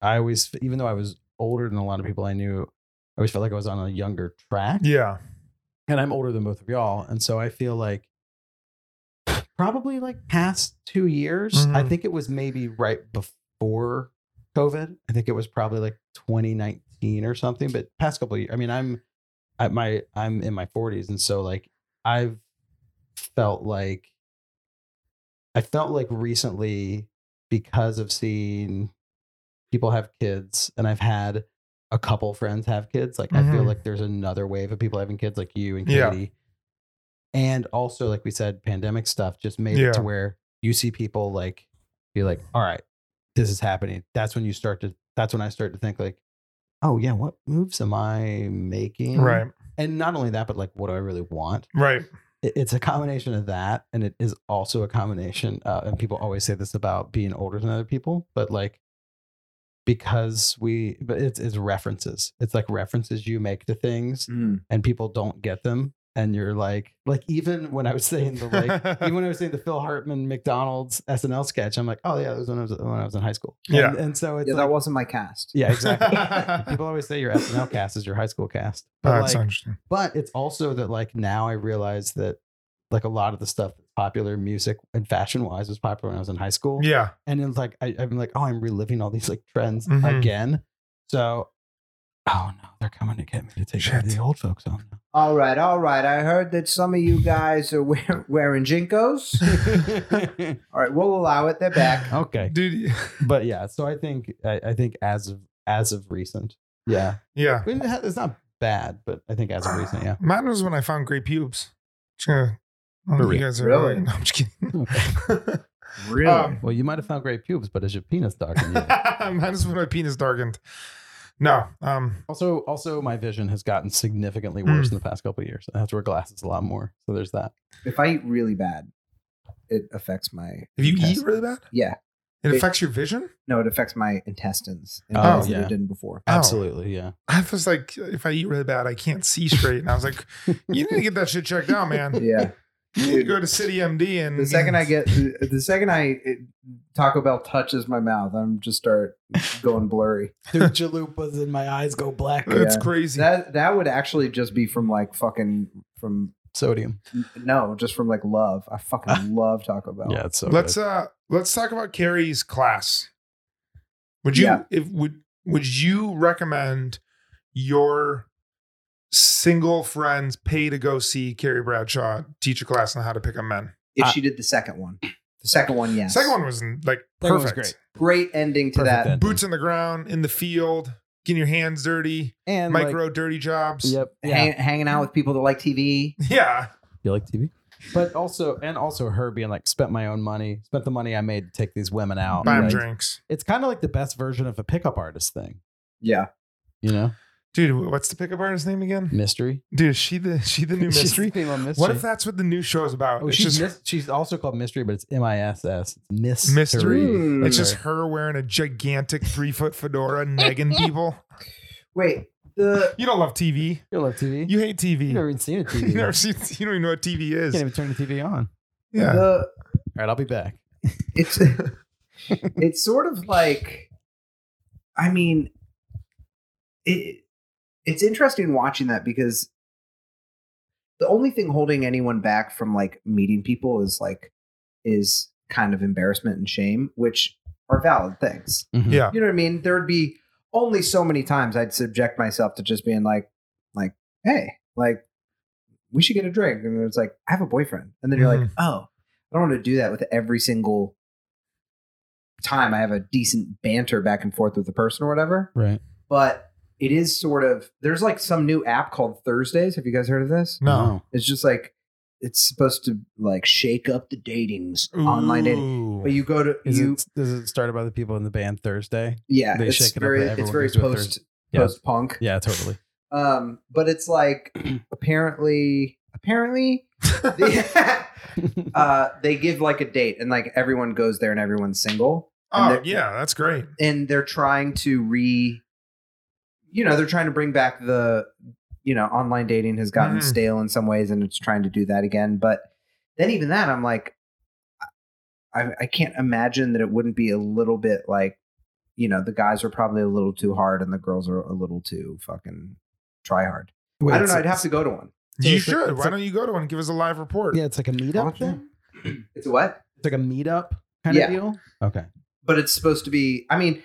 Speaker 5: i always even though i was older than a lot of people I knew. I always felt like I was on a younger track.
Speaker 7: Yeah.
Speaker 5: And I'm older than both of y'all. And so I feel like probably like past two years, I
Speaker 7: Mhm.
Speaker 5: think it was maybe right before COVID. I think it was probably like 2019 or something, but past couple of years. I mean, I'm at my, I'm in my 40s. And so like I've felt like, I felt like recently because of seeing people have kids and I've had a couple friends have kids. Like I feel
Speaker 7: Mhm.
Speaker 5: like there's another wave of people having kids like you and
Speaker 7: Yeah.
Speaker 5: Katie. And also like we said, pandemic stuff just made
Speaker 7: Yeah.
Speaker 5: it to where you see people like be like, all right, this is happening. That's when you start to that's when I start to think like, oh yeah, what moves am I making?
Speaker 7: Right.
Speaker 5: And not only that, but like what do I really want?
Speaker 7: Right.
Speaker 5: it- it's a combination of that and it is also a combination uh, and people always say this about being older than other people but like because we but it's, it's references it's like references you make to things
Speaker 6: Mm.
Speaker 5: and people don't get them and you're like like even when i was saying the like even when i was saying the phil hartman mcdonald's snl sketch i'm like oh yeah that was when i was when i was in high school And-
Speaker 7: Yeah.
Speaker 5: and so it's
Speaker 6: Yeah,
Speaker 5: like,
Speaker 6: that wasn't my cast.
Speaker 5: yeah exactly people always say your snl cast is your high school cast But,
Speaker 7: Oh, That's
Speaker 5: like,
Speaker 7: interesting.
Speaker 5: but it's also that like now I realize that like a lot of the stuff that's popular music and fashion wise was popular when I was in high school.
Speaker 7: Yeah.
Speaker 5: And it's like I, I'm like, oh, I'm reliving all these like trends
Speaker 7: Mhm.
Speaker 5: again. So oh no, they're coming to get me to take care of
Speaker 7: Shit.
Speaker 5: the old folks home.
Speaker 6: All right, all right. I heard that some of you guys are wear- wearing jinkos. All right, we'll allow it. They're back.
Speaker 5: okay.
Speaker 7: Dude.
Speaker 5: But yeah, so I think I, I think as of as of recent. Yeah.
Speaker 7: Yeah.
Speaker 5: I mean, it ha- it's not bad, but I think as of recent, yeah.
Speaker 7: Mine was when I found gray pubes. Just gonna- oh,
Speaker 4: For real.
Speaker 7: you guys are
Speaker 6: Really?
Speaker 7: No, I'm just kidding.
Speaker 6: Really?
Speaker 7: Um,
Speaker 5: Well, you might have found great pubes, but is your penis darkened yet?
Speaker 7: Mine is when my penis darkened. No. Um.
Speaker 5: Also, also, my vision has gotten significantly worse in the past couple of years. I have to wear glasses a lot more, so there's that.
Speaker 6: If I eat really bad, it affects my.
Speaker 7: If you
Speaker 6: intest-
Speaker 7: eat really bad,
Speaker 6: Yeah.
Speaker 7: it
Speaker 6: It-
Speaker 7: affects your vision.
Speaker 6: No, it affects my intestines. in
Speaker 5: Oh,
Speaker 6: ways that
Speaker 5: yeah.
Speaker 6: It didn't before.
Speaker 7: Oh.
Speaker 5: Absolutely, yeah.
Speaker 7: I was like, if I eat really bad, I can't see straight. And I was like, you need to get that shit checked out, man.
Speaker 6: Yeah.
Speaker 7: You need to go to City MD. And
Speaker 6: The second I get, the, the second I it, Taco Bell touches my mouth, I'm just start going blurry.
Speaker 8: Dude, chalupas and my eyes go black.
Speaker 7: that's
Speaker 6: Yeah.
Speaker 7: crazy.
Speaker 6: That that would actually just be from like fucking from
Speaker 5: Sodium.
Speaker 6: no, just from like love. I
Speaker 7: Ah.
Speaker 6: fucking love Taco Bell.
Speaker 5: Yeah, it's so.
Speaker 7: let's
Speaker 5: good.
Speaker 7: uh let's talk about Carrie's class. Would you
Speaker 6: Yeah.
Speaker 7: if would would you recommend your single friends pay to go see Carrie Bradshaw teach a class on how to pick up men?
Speaker 6: If she did the second one, the second one, yes,
Speaker 7: Ah. Second one was like
Speaker 8: Second one was
Speaker 7: perfect.
Speaker 6: great
Speaker 8: great.
Speaker 6: ending to
Speaker 5: Perfect
Speaker 6: that.
Speaker 5: ending.
Speaker 7: Boots on the ground, in the field, getting your hands dirty,
Speaker 5: and
Speaker 7: micro
Speaker 5: like-
Speaker 7: dirty jobs.
Speaker 5: yep. Yeah.
Speaker 6: Hang, hanging out with people that like TV.
Speaker 7: Yeah.
Speaker 5: You like TV? But also, and also her being like, spent my own money, spent the money I made to take these women out.
Speaker 7: Buy 'em
Speaker 5: like,
Speaker 7: drinks.
Speaker 5: It's kind of like the best version of a pickup artist thing,
Speaker 6: Yeah,
Speaker 5: you know?
Speaker 7: Dude, what's the pickup artist name again?
Speaker 5: Mystery.
Speaker 7: Dude, is she the she the new
Speaker 5: She's
Speaker 7: mystery?
Speaker 5: female mystery.
Speaker 7: What if that's what the new show is about?
Speaker 5: Oh,
Speaker 7: it's
Speaker 5: she's,
Speaker 7: just
Speaker 5: mis- she's also called mystery, but it's M I S S. Mystery.
Speaker 7: Mystery.
Speaker 6: Hmm.
Speaker 7: It's just her wearing a gigantic three foot fedora, negging people.
Speaker 6: Wait, the
Speaker 7: You don't love TV.
Speaker 5: You love TV?
Speaker 7: You hate
Speaker 5: You've never
Speaker 7: TV.
Speaker 5: even seen a TV.
Speaker 7: You never seen. You don't even know what TV
Speaker 5: You
Speaker 7: is.
Speaker 5: can't even turn the TV on.
Speaker 7: Yeah.
Speaker 6: the
Speaker 5: All right, I'll be back.
Speaker 6: it's it's sort of like i mean it it's interesting watching that because the only thing holding anyone back from like meeting people is like is kind of embarrassment and shame which are valid things
Speaker 7: Yeah.
Speaker 6: you know what i mean there would be only so many times i'd subject myself to just being like like hey like we should get a drink and it's like i have a boyfriend and then you're like
Speaker 5: Mm-hmm.
Speaker 6: oh i don't want to do that with every single time I have a decent banter back and forth with the person or whatever.
Speaker 5: Right.
Speaker 6: But it is sort of there's like some new app called Thursdays. Have you guys heard of this?
Speaker 7: No.
Speaker 6: It's just like it's supposed to like shake up the datings online dating.
Speaker 7: Ooh.
Speaker 6: But you go to
Speaker 5: Is
Speaker 6: you
Speaker 5: it does it started by the people in the band Thursday?
Speaker 6: yeah,
Speaker 5: they
Speaker 6: it's
Speaker 5: shake it up
Speaker 6: very
Speaker 5: and
Speaker 6: it's
Speaker 5: everyone
Speaker 6: very
Speaker 5: goes to a
Speaker 6: post
Speaker 5: Yeah.
Speaker 6: post punk.
Speaker 5: Yeah, totally.
Speaker 6: Um, but it's like apparently apparently they, uh they give like a date and like everyone goes there and everyone's single. and
Speaker 7: Oh
Speaker 6: they're-
Speaker 7: yeah, that's great.
Speaker 6: and they're trying to re you know they're trying to bring back the you know online dating has gotten
Speaker 7: Mhm.
Speaker 6: stale in some ways and it's trying to do that again but then even that i'm like i i can't imagine that it wouldn't be a little bit like you know, the guys are probably a little too hard and the girls are a little too fucking try hard. I don't know. I'd have to go to one.
Speaker 7: You should. Why don't you go to one? and Give us a live report.
Speaker 8: Yeah, it's like a meetup thing.
Speaker 6: It's a what?
Speaker 8: It's like a meetup kind
Speaker 6: Yeah.
Speaker 8: of deal. Okay.
Speaker 6: But it's supposed to be, I mean,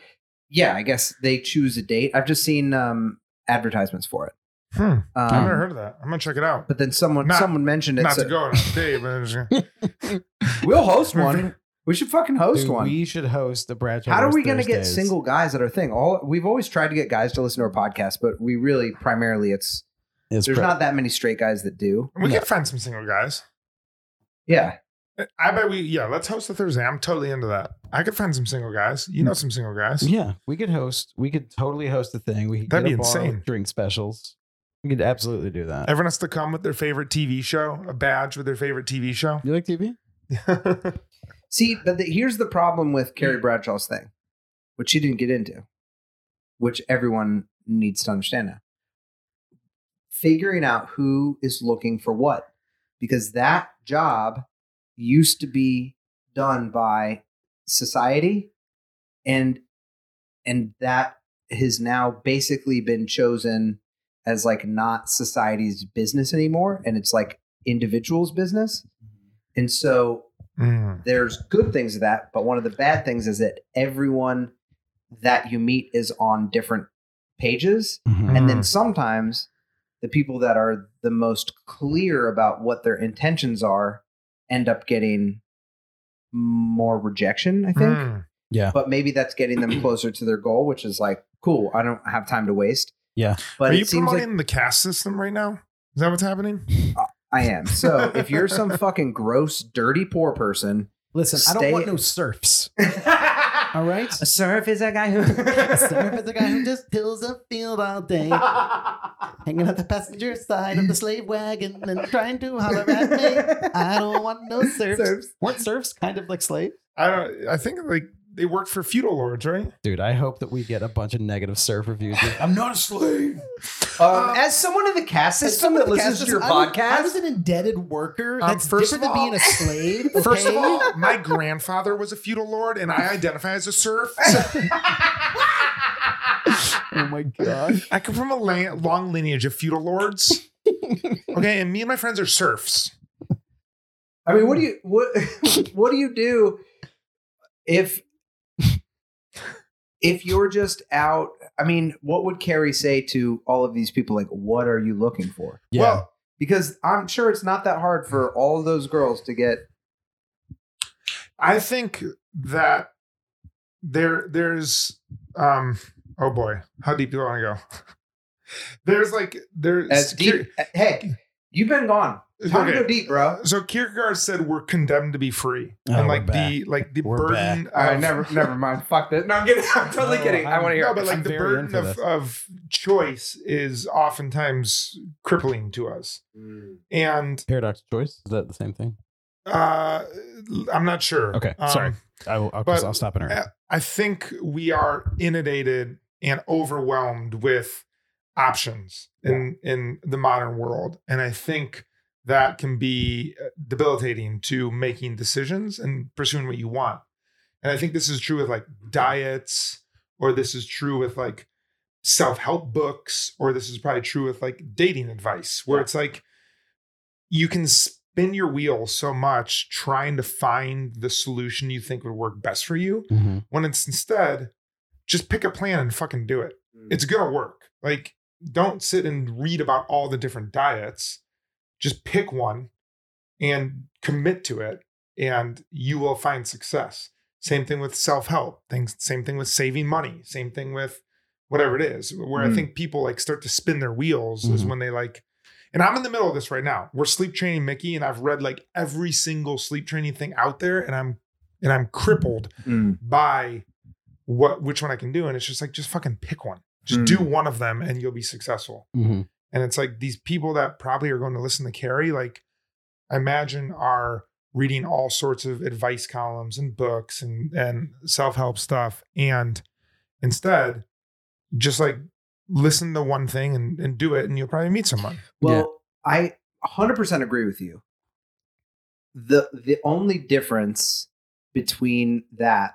Speaker 6: yeah, I guess they choose a date. I've just seen um, advertisements for it.
Speaker 7: Hmm. I've
Speaker 6: Um,
Speaker 7: never heard of that. I'm gonna check it out.
Speaker 6: But then someone
Speaker 7: Not-
Speaker 6: someone mentioned it.
Speaker 7: Not
Speaker 6: so-
Speaker 7: to go on a date, but I'm just gonna-
Speaker 6: We'll host one. We should fucking host
Speaker 8: Dude,
Speaker 6: one.
Speaker 8: We should host the Bradshaw.
Speaker 6: How are
Speaker 8: Roast
Speaker 6: we going to get
Speaker 8: Thursdays.
Speaker 6: single guys at our thing? All we've always tried to get guys to listen to our podcast, but we really primarily it's
Speaker 8: It's
Speaker 6: there's
Speaker 8: pre-
Speaker 6: not that many straight guys that do.
Speaker 7: we can find some single guys.
Speaker 6: Yeah,
Speaker 7: I bet we yeah. Let's host a Thursday. I'm totally into that. I could find some single guys. You know some single guys.
Speaker 8: Yeah, we could host. We could totally host a thing. We could get
Speaker 7: That'd be
Speaker 8: a bar with
Speaker 7: insane.
Speaker 8: drink specials. We could absolutely do that.
Speaker 7: Everyone has to come with their favorite TV show, a badge with their favorite TV show.
Speaker 8: you like TV?
Speaker 6: see, but the, here's the problem with Carrie Bradshaw's thing, which she didn't get into, which everyone needs to understand now. Figuring out who is looking for what, because that job used to be done by society, and and that has now basically been chosen as like not society's business anymore and it's like individuals business and so
Speaker 7: Mm.
Speaker 6: there's good things to that but one of the bad things is that everyone that you meet is on different pages
Speaker 8: Mm-hmm.
Speaker 6: and
Speaker 7: Hmm.
Speaker 6: then sometimes the people that are the most clear about what their intentions are end up getting more rejection i think
Speaker 7: Mm.
Speaker 6: but maybe that's getting them closer to their goal, which is like, cool, I don't have time to waste.
Speaker 8: Yeah.
Speaker 6: But
Speaker 7: Are you
Speaker 6: it seems like
Speaker 7: promoting the cast system right now? Is that what's happening?
Speaker 6: I am. So if you're some fucking gross, dirty, poor person,
Speaker 8: Listen, I
Speaker 6: Stay-
Speaker 8: don't want no serfs.
Speaker 6: a
Speaker 8: All right.
Speaker 6: surf is a guy who.
Speaker 8: Serf is a guy who just tills a field all day, hanging at the passenger side of the slave wagon and trying to holler at me. I don't want no serfs.
Speaker 6: Serfs.
Speaker 8: Weren't serfs kind of like slaves?
Speaker 7: I don't. I think like they work for feudal lords, right?
Speaker 8: Dude, I hope that we get a bunch of negative serf reviews. Like, I'm not a slave.
Speaker 7: Uh,
Speaker 6: Um, as someone in the cast system that listens to your
Speaker 8: I
Speaker 6: podcast,
Speaker 8: was an indebted worker.
Speaker 7: Um,
Speaker 8: That's
Speaker 7: first
Speaker 8: different
Speaker 7: of
Speaker 8: than
Speaker 7: all-
Speaker 8: being a slave.
Speaker 7: First of
Speaker 8: okay?
Speaker 7: all, my grandfather was a feudal lord, and I identify as a serf. So
Speaker 8: oh my gosh.
Speaker 7: I come from a la- long lineage of feudal lords. Okay, and me and my friends are serfs.
Speaker 6: I mean, what do you what what do you do if if you're just out? I mean, what would Carrie say to all of these people? Like, what are you looking for?
Speaker 8: Yeah.
Speaker 7: Well,
Speaker 6: Because I'm sure it's not that hard for all those girls to get.
Speaker 7: I think that there there's um oh boy, how deep do I want to go? There's like there's
Speaker 6: As deep, hey, you've been gone. Time to
Speaker 7: Okay.
Speaker 6: go deep, bro.
Speaker 7: So Kierkegaard said we're condemned to be free,
Speaker 8: Oh,
Speaker 7: and
Speaker 8: we're
Speaker 7: like the like the
Speaker 8: We're
Speaker 7: burden.
Speaker 6: All right,
Speaker 7: of-
Speaker 6: never, never mind. Fuck that. No, I'm kidding. I'm totally
Speaker 8: No,
Speaker 6: kidding. I
Speaker 8: I'm-
Speaker 6: want to hear.
Speaker 7: Oh. No,
Speaker 6: it.
Speaker 7: but like
Speaker 8: I'm
Speaker 7: the
Speaker 8: very
Speaker 7: burden
Speaker 8: into
Speaker 7: of,
Speaker 8: this.
Speaker 7: of choice is oftentimes crippling to us, and
Speaker 8: Paradox choice? Is that the same thing?
Speaker 7: uh, I'm not sure.
Speaker 8: Okay, sorry. I will, I'll,
Speaker 7: But-
Speaker 8: I'll stop in her.
Speaker 7: Uh, I think we are inundated and overwhelmed with options in in the modern world, and I think that can be uh, debilitating to making decisions and pursuing what you want. And I think this is true with like diets, or this is true with like self help books, or this is probably true with like dating advice, where it's like you can spin your wheels so much trying to find the solution you think would work best for you
Speaker 8: Mhm.
Speaker 7: when it's instead just pick a plan and fucking do it. It's gonna work. Like, don't sit and read about all the different diets. Just pick one and commit to it, and you will find success. Same thing with self help things. Same thing with saving money. Same thing with whatever it is. Where I
Speaker 6: Mm.
Speaker 7: think people like start to spin their wheels is
Speaker 8: Mhm.
Speaker 7: when they like. And I'm in the middle of this right now. We're sleep training Mickey, and I've read like every single sleep training thing out there, and I'm and I'm crippled by what which one I can do. And it's just like, just fucking pick one. Just
Speaker 6: Mm.
Speaker 7: do one of them and you'll be successful.
Speaker 8: Mhm.
Speaker 7: And it's like these people that probably are going to listen to Carrie, like I imagine are reading all sorts of advice columns and books and and self-help stuff. And instead, just like listen to one thing and, and do it and you'll probably meet someone.
Speaker 6: Well, I 100% agree with you. The the only difference between that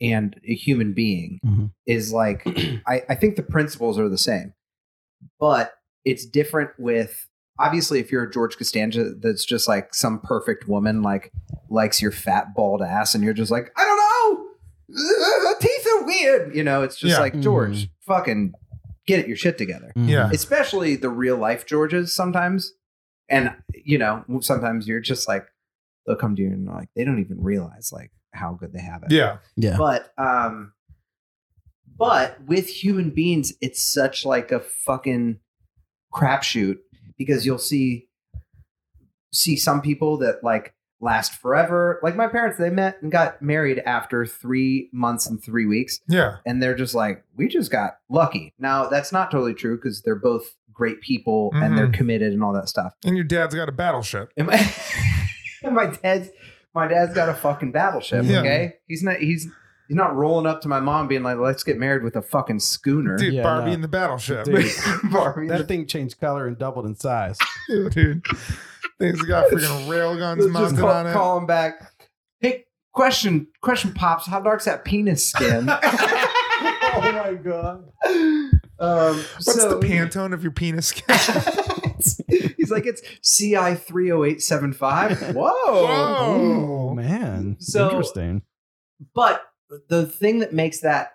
Speaker 6: and a human being
Speaker 5: Mhm.
Speaker 6: is like Mm-hmm. I, I think the principles are the same but it's different with obviously if you're a george costanza that's just like some perfect woman like likes your fat bald ass and you're just like i don't know Uh, teeth are weird you know it's just
Speaker 7: Yeah.
Speaker 6: like george fucking get your shit together
Speaker 7: Yeah.
Speaker 6: especially the real life Georges sometimes. And you know, sometimes you're just like they'll come to you and like they don't even realize like how good they have it.
Speaker 7: Yeah.
Speaker 5: Yeah.
Speaker 6: But um but with human beings, it's such like a fucking crapshoot because you'll see see some people that like last forever. Like my parents, they met and got married after three months and three weeks
Speaker 7: Yeah.
Speaker 6: and they're just like, we just got lucky. Now that's not totally true because they're both great people and they're
Speaker 7: Mhm.
Speaker 6: committed and all that stuff.
Speaker 7: And your dad's got a battleship.
Speaker 6: And my, and my dad's my dad's got a fucking battleship.
Speaker 7: Yeah.
Speaker 6: Okay, he's not he's he's not rolling up to my mom being like, let's get married with a fucking schooner.
Speaker 7: Dude,
Speaker 5: Yeah,
Speaker 7: Barbie
Speaker 5: no.
Speaker 7: in the battleship.
Speaker 5: Dude.
Speaker 6: Barbie,
Speaker 5: That thing changed color and doubled in size.
Speaker 7: Yeah, dude. Things got freaking railguns
Speaker 6: Let's just
Speaker 7: mounted
Speaker 6: call,
Speaker 7: on it.
Speaker 6: call him back. Hey, question, question, pops. How dark's that penis skin?
Speaker 5: oh my god.
Speaker 6: um,
Speaker 7: What's the Pantone of your penis skin?
Speaker 6: He's like, it's CI 30875. Whoa.
Speaker 5: Oh
Speaker 7: Whoa.
Speaker 5: man.
Speaker 6: So-
Speaker 5: Interesting.
Speaker 6: But the thing that makes that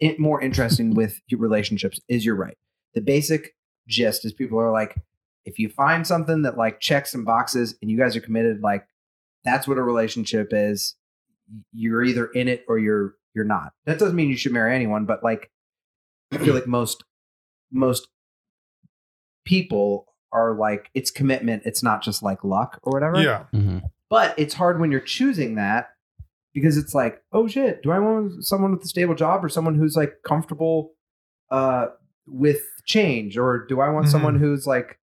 Speaker 6: it more interesting with your relationships is you're right. The basic gist is people are like, if you find something that like checks some boxes and you guys are committed, like that's what a relationship is. You're either in it or you're you're not. That doesn't mean you should marry anyone, but like I feel like most most people are like it's commitment. It's not just like luck or whatever.
Speaker 7: Yeah.
Speaker 8: Mm-hmm.
Speaker 5: Mhm.
Speaker 6: But it's hard when you're choosing that because it's like, oh shit, do I want someone with a stable job or someone who's like comfortable uh, with change? Or do I want
Speaker 7: Mhm.
Speaker 6: someone who's like,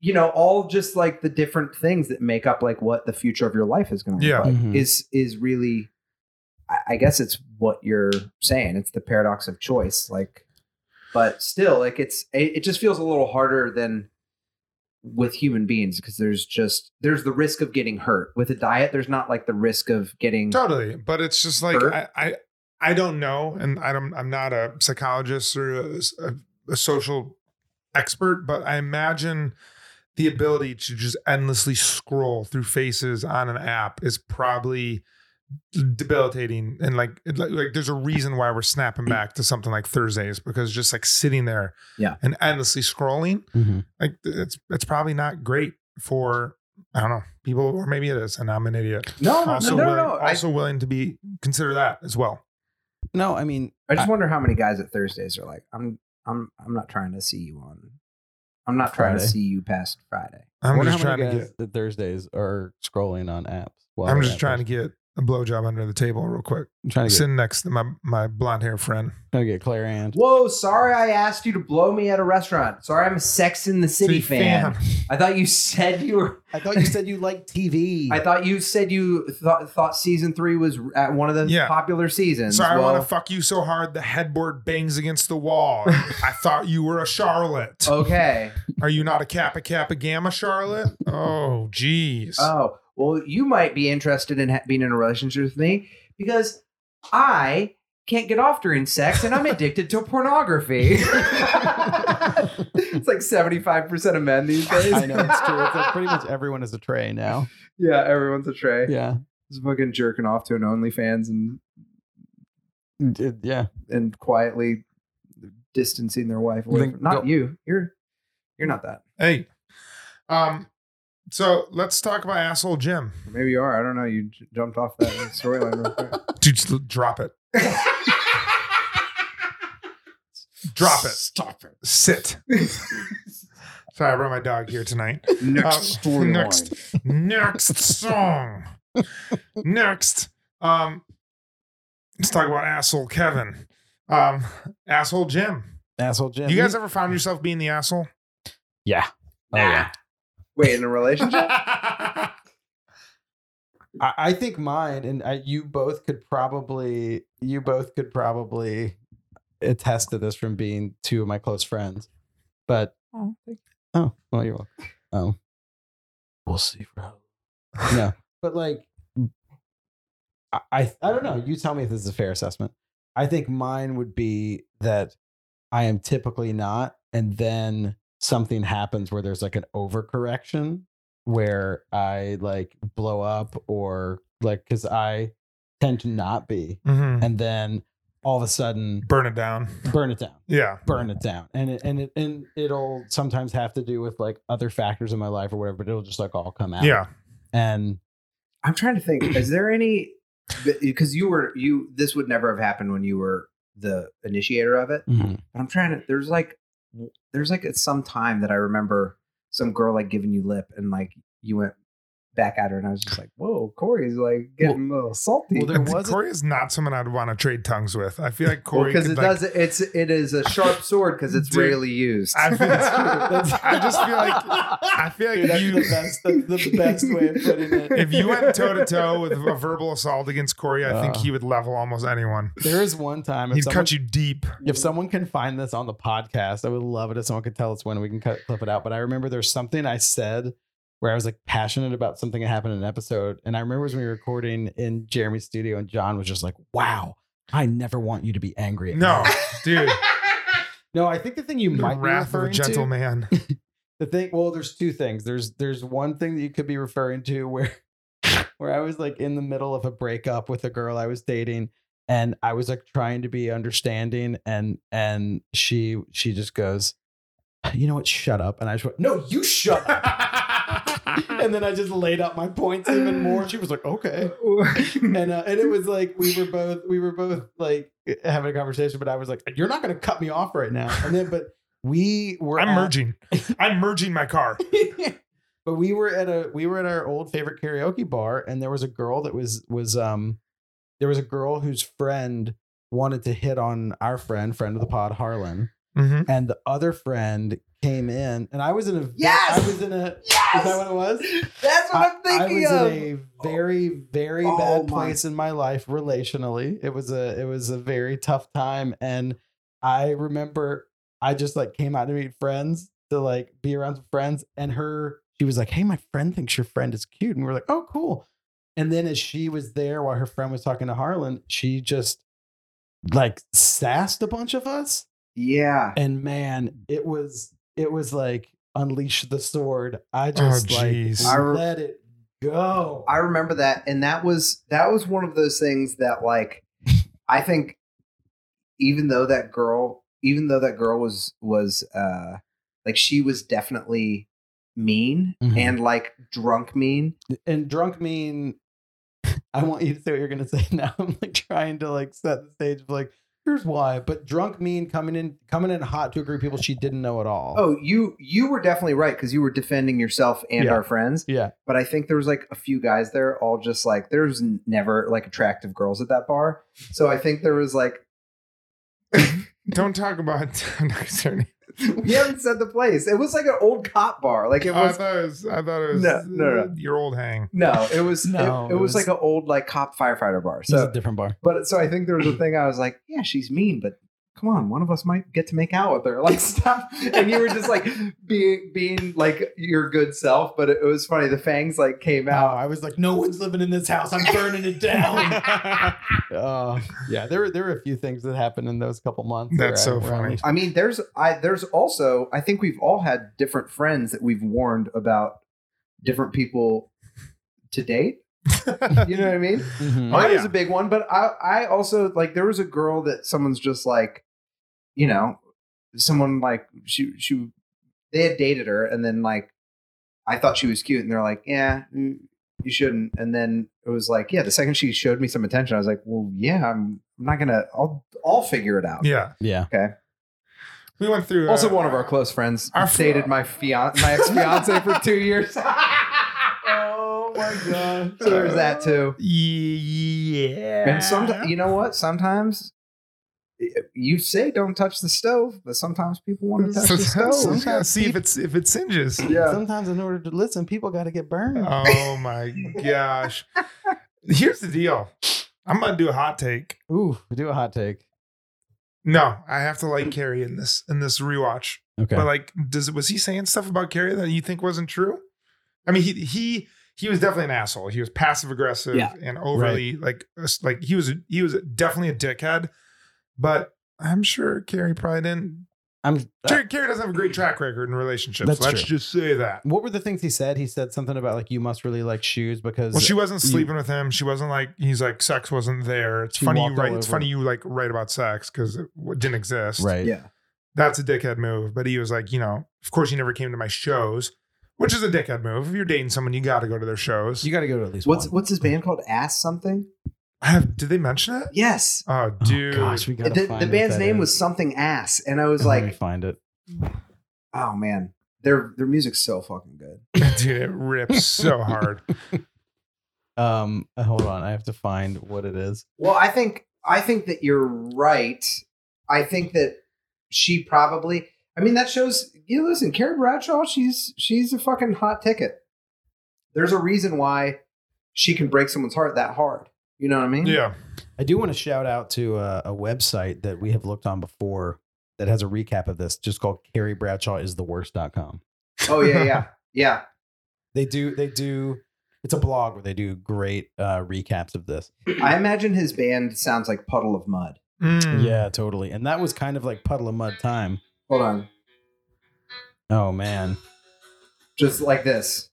Speaker 6: you know, all just like the different things that make up like what the future of your life is going to
Speaker 7: Yeah.
Speaker 6: look like
Speaker 5: Mhm.
Speaker 6: is is really, I- I guess it's what you're saying. It's the paradox of choice. Like, but still, like it's it, it just feels a little harder than with human beings because there's just there's the risk of getting hurt with a diet. There's not like the risk of getting
Speaker 7: Totally. But it's just like
Speaker 6: Sure.
Speaker 7: I, I I don't know, and I don't I'm not a psychologist or a, a- a social expert, but I imagine the ability to just endlessly scroll through faces on an app is probably debilitating and like it- like, like there's a reason why we're
Speaker 6: Mm.
Speaker 7: snapping back to something like Thursdays because just like sitting there
Speaker 6: Yeah. Mm-hmm.
Speaker 7: and endlessly scrolling
Speaker 5: Mhm.
Speaker 7: like th- it's it's probably not great for I don't know people or maybe it is and I'm an idiot
Speaker 6: No, no,
Speaker 7: also
Speaker 6: no, no,
Speaker 7: willing,
Speaker 6: no. I,
Speaker 7: also willing to be consider that as well.
Speaker 5: No, I mean
Speaker 6: I just wonder how many guys at Thursdays are like, I'm, I'm, I'm not trying to see you on, I'm not trying to
Speaker 5: Friday.
Speaker 6: see you past Friday.
Speaker 5: i
Speaker 7: I'm
Speaker 5: wonder
Speaker 7: just
Speaker 5: how
Speaker 7: trying
Speaker 5: many
Speaker 7: to
Speaker 5: guys
Speaker 7: get.
Speaker 5: the Thursdays are scrolling on apps. while
Speaker 7: I'm
Speaker 5: they're
Speaker 7: just
Speaker 5: at
Speaker 7: trying to
Speaker 5: Thursdays.
Speaker 7: get a blowjob under the table real quick.
Speaker 5: I'm trying to get,
Speaker 7: Sitting next to my my blonde hair friend.
Speaker 5: trying to get Claire Ann.
Speaker 6: Whoa, sorry I asked you to blow me at a restaurant. Sorry I'm a Sex in the City
Speaker 7: City
Speaker 6: fan. I thought you said you were.
Speaker 5: I thought you said you liked TV.
Speaker 6: I thought you said you thought thought season three was at one of the
Speaker 7: Yeah.
Speaker 6: popular seasons.
Speaker 7: Sorry, I
Speaker 6: Well,
Speaker 7: want to fuck you so hard the headboard bangs against the wall. I thought you were a Charlotte.
Speaker 6: Oh, Okay.
Speaker 7: Are you not a Kappa Kappa Gamma Charlotte? Oh, jeez.
Speaker 6: Oh, well, you might be interested in ha- being in a relationship with me because I can't get off during sex and I'm addicted to pornography. it's like 75% of men these days.
Speaker 5: I know it's true. It's like pretty much everyone is a tray now.
Speaker 6: yeah, everyone's a tray.
Speaker 5: Yeah.
Speaker 6: Just fucking jerking off to an OnlyFans and,
Speaker 5: It- yeah.
Speaker 6: and quietly distancing their wife away
Speaker 5: Then
Speaker 6: from Not
Speaker 5: go-
Speaker 6: you. You're you're not that.
Speaker 7: Hey, um, so let's talk about asshole Jim.
Speaker 6: Or Maybe you are. I don't know. You j- jumped off that storyline real quick.
Speaker 7: Dude, just l- drop it. drop it. Stop it. Sit. Sorry, I brought my dog here tonight.
Speaker 6: Um, Next
Speaker 7: Uh,
Speaker 6: storyline.
Speaker 7: next. Next song. Next. Um, let's talk about asshole Kevin. Um, asshole Jim.
Speaker 5: Asshole Jim.
Speaker 7: You guys ever found yourself being the asshole?
Speaker 5: Yeah. Oh, yeah.
Speaker 6: Wait, in a relationship?
Speaker 7: Mm-hmm.
Speaker 5: I, I think mine and I, you both could probably you both could probably attest to this from being two of my close friends. But
Speaker 6: Oh, thank
Speaker 5: oh, well, you're welcome. Um, we'll see, bro. No, but like, I, I I don't know. You tell me if this is a fair assessment. I think mine would be that I am typically not, and then something happens where there's like an overcorrection where I like blow up or like because I tend to not be,
Speaker 7: Mhm.
Speaker 5: and then all of a sudden
Speaker 7: Burn it down.
Speaker 5: burn it down
Speaker 7: Yeah.
Speaker 5: burn it down and it, and it and it'll sometimes have to do with like other factors in my life or whatever but it'll just like all come out
Speaker 7: Yeah.
Speaker 5: and
Speaker 6: I'm trying to think. Is there any because you were you this would never have happened when you were the initiator of it.
Speaker 5: mm-hmm.
Speaker 6: But I'm trying to. There's like there's like at some time that I remember some girl like giving you lip and like you went back at her and I was just like, whoa, Corey's like getting a little salty.
Speaker 5: well, there was
Speaker 7: Corey is not someone I'd want to trade tongues with. I feel like Corey
Speaker 6: because
Speaker 7: could,
Speaker 6: it
Speaker 7: like-
Speaker 6: does it's it is a sharp sword because it's
Speaker 7: Dude,
Speaker 6: rarely used.
Speaker 7: I feel- I just feel like-
Speaker 5: I
Speaker 7: I feel like
Speaker 5: Dude, that's
Speaker 7: you,
Speaker 5: the best. That's the best way of putting it.
Speaker 7: if you went toe to toe with a verbal assault against Corey, I think
Speaker 5: Uh.
Speaker 7: he would level almost anyone.
Speaker 5: there is one time if
Speaker 7: He'd
Speaker 5: someone,
Speaker 7: cut you deep.
Speaker 5: if someone can find this on the podcast i would love it if someone could tell us when we can cut clip it out but i remember there's something i said where i was like passionate about something that happened in an episode and i remember it was when we were recording in jeremy's studio and john was just like wow i never want you to be angry at
Speaker 7: No,
Speaker 5: me."
Speaker 7: dude.
Speaker 5: no i think the thing you
Speaker 7: The
Speaker 5: might
Speaker 7: wrath
Speaker 5: be
Speaker 7: of a
Speaker 5: referring to
Speaker 7: gentleman.
Speaker 5: the thing well there's two things there's there's one thing that you could be referring to where where i was like in the middle of a breakup with a girl i was dating and i was like trying to be understanding and and she she just goes you know what shut up and i just went no you shut up and then i just laid out my points even more she was like okay and uh, and it was like we were both we were both like having a conversation but i was like you're not going to cut me off right now and then but we were
Speaker 7: I'm
Speaker 5: at-
Speaker 7: merging. I'm merging my car.
Speaker 5: but we were at a we were at our old favorite karaoke bar and there was a girl that was was um there was a girl whose friend wanted to hit on our friend friend of the pod harlan
Speaker 6: Mm-hmm.
Speaker 7: hmm
Speaker 5: and the other friend came in and i was in a
Speaker 6: Yes!
Speaker 5: i was in a
Speaker 6: yes,
Speaker 5: is that what it was
Speaker 6: that's what I, am thinking
Speaker 5: I was
Speaker 6: of.
Speaker 5: in a very, very
Speaker 6: Oh
Speaker 5: bad
Speaker 6: my-
Speaker 5: place in my life relationally. It was a it was a very tough time. And I remember I just like came out to meet friends to like be around some friends. And her she was like, Hey, my friend thinks your friend is cute. And we were like, Oh, cool. And then as she was there while her friend was talking to Harlan, she just like sassed a bunch of us
Speaker 6: yeah,
Speaker 5: and man it was it was like unleash the sword i
Speaker 7: Oh,
Speaker 5: just like
Speaker 7: jeez.
Speaker 6: I re-
Speaker 5: let it go
Speaker 6: I remember that, and that was that was one of those things that like I think even though that girl, even though that girl was was uh like she was definitely mean
Speaker 5: Mhm.
Speaker 6: and like drunk mean.
Speaker 5: and drunk mean i want you to say what you're gonna say now i'm like trying to like set the stage of like here's why but drunk mean coming in coming in hot to a group of people she didn't know at all
Speaker 6: Oh, you you were definitely right because you were defending yourself and
Speaker 5: Yeah.
Speaker 6: our friends.
Speaker 5: yeah
Speaker 6: But I think there was like a few guys there, all just like there's n- never like attractive girls at that bar. So I think there was like
Speaker 7: Don't talk about. I'm not concerned.
Speaker 6: we haven't said the place. It was like an old cop bar. Like it
Speaker 7: Oh, I
Speaker 6: was
Speaker 7: thought it was. I thought it was
Speaker 6: No, no, no.
Speaker 7: your old hang.
Speaker 6: No, it was
Speaker 5: No,
Speaker 6: it, it
Speaker 5: it
Speaker 6: was,
Speaker 5: was-
Speaker 6: like an old like cop firefighter bar.
Speaker 5: so
Speaker 6: So,
Speaker 5: different bar
Speaker 6: but so I think there was a thing I was like, yeah, she's mean, but come on, one of us might get to make out with her, like stuff. And you were just like being being like your good self, but it, it was funny. The fangs like came
Speaker 5: Wow,
Speaker 6: out.
Speaker 5: I was like, no one's living in this house. I'm burning it down. uh, yeah, there were there were a few things that happened in those couple months.
Speaker 7: That's
Speaker 5: where
Speaker 7: so
Speaker 5: where
Speaker 7: funny.
Speaker 6: I mean, there's I there's also I think we've all had different friends that we've warned about different people to date. You know what I mean?
Speaker 5: Mhm.
Speaker 6: Mine
Speaker 7: Oh,
Speaker 6: was
Speaker 7: yeah.
Speaker 6: a big one, but I, I also like there was a girl that someone's just like, you know, someone like she she they had dated her and then like I thought she was cute and they're like, yeah, mm, you shouldn't. And then it was like, yeah, the second she showed me some attention, I was like, well, yeah, I'm I'm not gonna, I'll I'll figure it out.
Speaker 7: Yeah.
Speaker 5: Yeah.
Speaker 6: Okay.
Speaker 7: We went through.
Speaker 6: Also,
Speaker 7: uh,
Speaker 6: one of our close friends
Speaker 7: our-
Speaker 6: dated my fiance, my ex fiance for two years.
Speaker 5: Oh my
Speaker 7: uh,
Speaker 5: god.
Speaker 6: so there's that too.
Speaker 7: Yeah.
Speaker 6: And sometimes, you know what? Sometimes you say don't touch the stove, but sometimes people want to touch the stove.
Speaker 7: Sometimes you gotta see if it's if it singes.
Speaker 6: Yeah.
Speaker 5: Sometimes in order to listen, people got to get burned.
Speaker 7: Oh my gosh. Here's the deal. I'm gonna do a hot take.
Speaker 5: Ooh, do a hot take.
Speaker 7: No, I have to like Carrie in this in this rewatch.
Speaker 5: Okay.
Speaker 7: But like, does was he saying stuff about Carrie that you think wasn't true? I mean, he he he was definitely an asshole. He was passive aggressive
Speaker 6: Yeah.
Speaker 7: and overly like us- like he was he was definitely a dickhead. But I'm sure Carrie probably didn't.
Speaker 5: I'm.
Speaker 7: Carrie, Carrie doesn't have a great track record in relationships.
Speaker 5: That's
Speaker 7: Let's
Speaker 5: true.
Speaker 7: just say that.
Speaker 5: what were the things he said? He said something about like you must really like shoes because
Speaker 7: Well, she wasn't
Speaker 5: you-
Speaker 7: sleeping with him. She wasn't like he's like sex wasn't there. It's
Speaker 5: She
Speaker 7: funny you
Speaker 5: walked all
Speaker 7: write. It's
Speaker 5: over
Speaker 7: funny
Speaker 5: him.
Speaker 7: you like write about sex because it w- didn't exist.
Speaker 5: right.
Speaker 6: Yeah.
Speaker 7: That's a dickhead move. But he was like, you know, of course you never came to my shows, which is a dickhead move. If you're dating someone, you got to go to their shows.
Speaker 5: You got to go to at least
Speaker 6: What's
Speaker 5: one.
Speaker 6: what's his band called? Ass something?
Speaker 7: I have, did they mention it?
Speaker 6: Yes.
Speaker 7: Oh, dude.
Speaker 5: Gosh, we got
Speaker 6: The, the band's name was something ass, and I was like,
Speaker 5: find it.
Speaker 6: oh man, their their music's so fucking good.
Speaker 7: dude, it rips so hard.
Speaker 5: Um, uh, hold on, I have to find what it is.
Speaker 6: Well, I think I think that you're right. I think that she probably. I mean, that shows. You know, listen, Carrie Bradshaw. She's she's a fucking hot ticket. There's a reason why she can break someone's heart that hard. You know what I mean?
Speaker 7: Yeah.
Speaker 5: I do want to shout out to uh, a, a website that we have looked on before that has a recap of this, just called Carrie Bradshaw is the worst.com.
Speaker 6: Oh yeah, yeah, yeah.
Speaker 5: They do, they do. It's a blog where they do great uh, recaps of this.
Speaker 6: I imagine his band sounds like Puddle of Mud. Hmm.
Speaker 7: Mm.
Speaker 5: Yeah, totally. And that was kind of like puddle of mud time.
Speaker 6: Hold on,
Speaker 5: Oh man,
Speaker 6: just like this.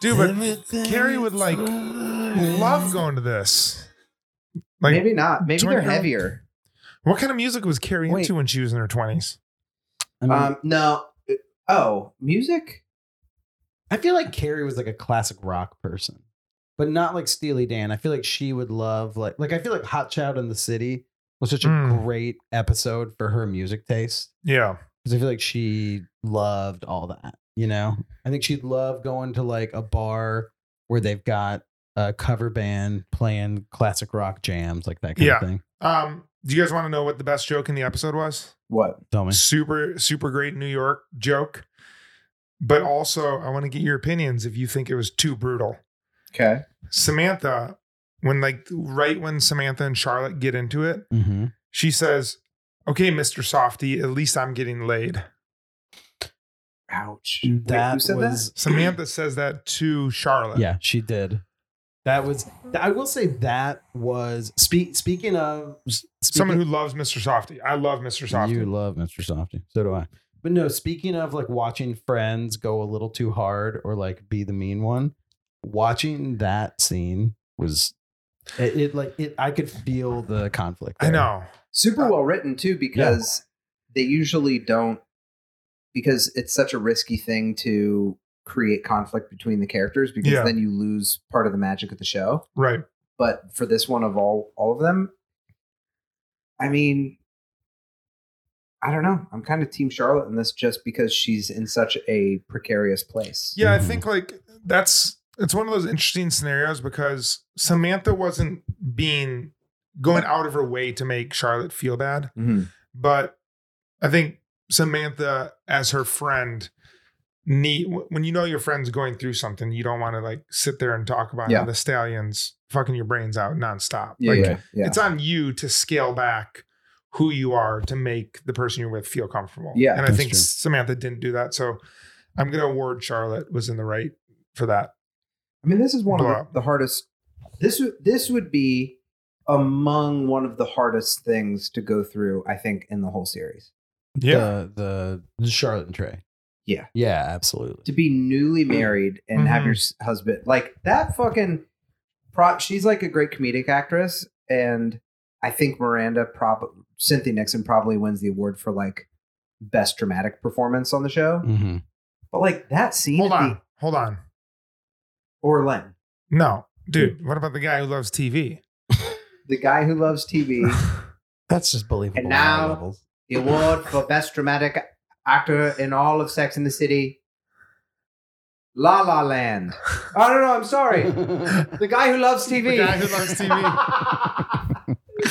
Speaker 7: Dude, but Carrie would like love going to this. Like,
Speaker 6: Maybe not. Maybe
Speaker 7: Join
Speaker 6: they're
Speaker 7: Hell.
Speaker 6: heavier.
Speaker 7: what kind of music was Carrie
Speaker 5: Wait.
Speaker 7: into when she was in her 20s?
Speaker 5: I mean,
Speaker 7: Mm-hmm.
Speaker 6: Um, no. Oh, music.
Speaker 5: I feel like Carrie was like a classic rock person, but not like Steely Dan. I feel like she would love like like I feel like Hot Child in the City was such a
Speaker 7: Mm.
Speaker 5: great episode for her music taste
Speaker 7: Yeah.
Speaker 5: because I feel like she loved all that. You know, I think she'd love going to like a bar where they've got a cover band playing classic rock jams like that kind
Speaker 7: Yeah.
Speaker 5: of thing.
Speaker 7: Um, do you guys want to know what the best joke in the episode was?
Speaker 6: What?
Speaker 5: Tell me.
Speaker 7: Super, super great New York joke. But also, I want to get your opinions if you think it was too brutal.
Speaker 6: Okay.
Speaker 7: Samantha, when like right when Samantha and Charlotte get into it,
Speaker 5: Mm-hmm.
Speaker 7: she says, Okay, Mr. Softy, at least I'm getting laid.
Speaker 6: Ouch.
Speaker 5: That was-
Speaker 7: Samantha says that to Charlotte.
Speaker 5: Yeah, she did. That was. I will say that was. Speak, speaking of
Speaker 7: Someone
Speaker 5: speaking
Speaker 7: who loves Mr. Softy. I love Mr. Softy.
Speaker 5: You love Mr. Softy. So do I. But no, speaking of like watching friends go a little too hard or like be the mean one, watching that scene was it, it like it I could feel the conflict.
Speaker 7: I
Speaker 5: there.
Speaker 7: know.
Speaker 6: super well written too because they usually don't because it's such a risky thing to create conflict between the characters because
Speaker 7: Yeah.
Speaker 6: then you lose part of the magic of the show
Speaker 7: Right.
Speaker 6: but for this one of all all of them i mean i don't know i'm kind of team charlotte in this just because she's in such a precarious place
Speaker 7: Yeah, I
Speaker 5: Mhm.
Speaker 7: think like that's it's one of those interesting scenarios because Samantha wasn't being going out of her way to make Charlotte feel bad,
Speaker 6: Mhm.
Speaker 7: but I think Samantha as her friend need when you know your friend's going through something, you don't want to like sit there and talk about
Speaker 6: Yeah.
Speaker 7: how the stallions fucking your brains out nonstop.
Speaker 6: yeah
Speaker 7: like
Speaker 6: yeah, yeah.
Speaker 7: it's on you to scale back who you are to make the person you're with feel comfortable.
Speaker 6: Yeah.
Speaker 7: And I
Speaker 5: That's
Speaker 7: think
Speaker 5: true.
Speaker 7: Samantha didn't do that. So I'm going to award Charlotte was in the right for that.
Speaker 6: I mean, this is one
Speaker 7: Blah.
Speaker 6: of the, the hardest. This would this would be among one of the hardest things to go through. I think in the whole series
Speaker 5: The, the Charlotte and Trey.
Speaker 6: Yeah.
Speaker 5: Yeah, absolutely.
Speaker 6: to be newly
Speaker 7: Mm.
Speaker 6: married and have your
Speaker 7: Mm-hmm.
Speaker 6: s- husband like that fucking. Pro, she's like a great comedic actress, and I think Miranda prob Cynthia Nixon probably wins the award for like best dramatic performance on the show.
Speaker 5: Mm-hmm.
Speaker 6: But like that scene,
Speaker 7: Mm. Hold
Speaker 6: at the-
Speaker 7: on. Hold on.
Speaker 6: or Len,
Speaker 7: No, dude, what about the guy who loves TV?
Speaker 6: the guy who loves TV,
Speaker 5: That's just believable.
Speaker 6: And
Speaker 5: on all
Speaker 6: now-
Speaker 5: levels.
Speaker 6: the award for best dramatic actor in all of Sex in the City. La La Land. Oh no, no, I'm sorry. The guy who loves TV.
Speaker 7: The guy who loves TV.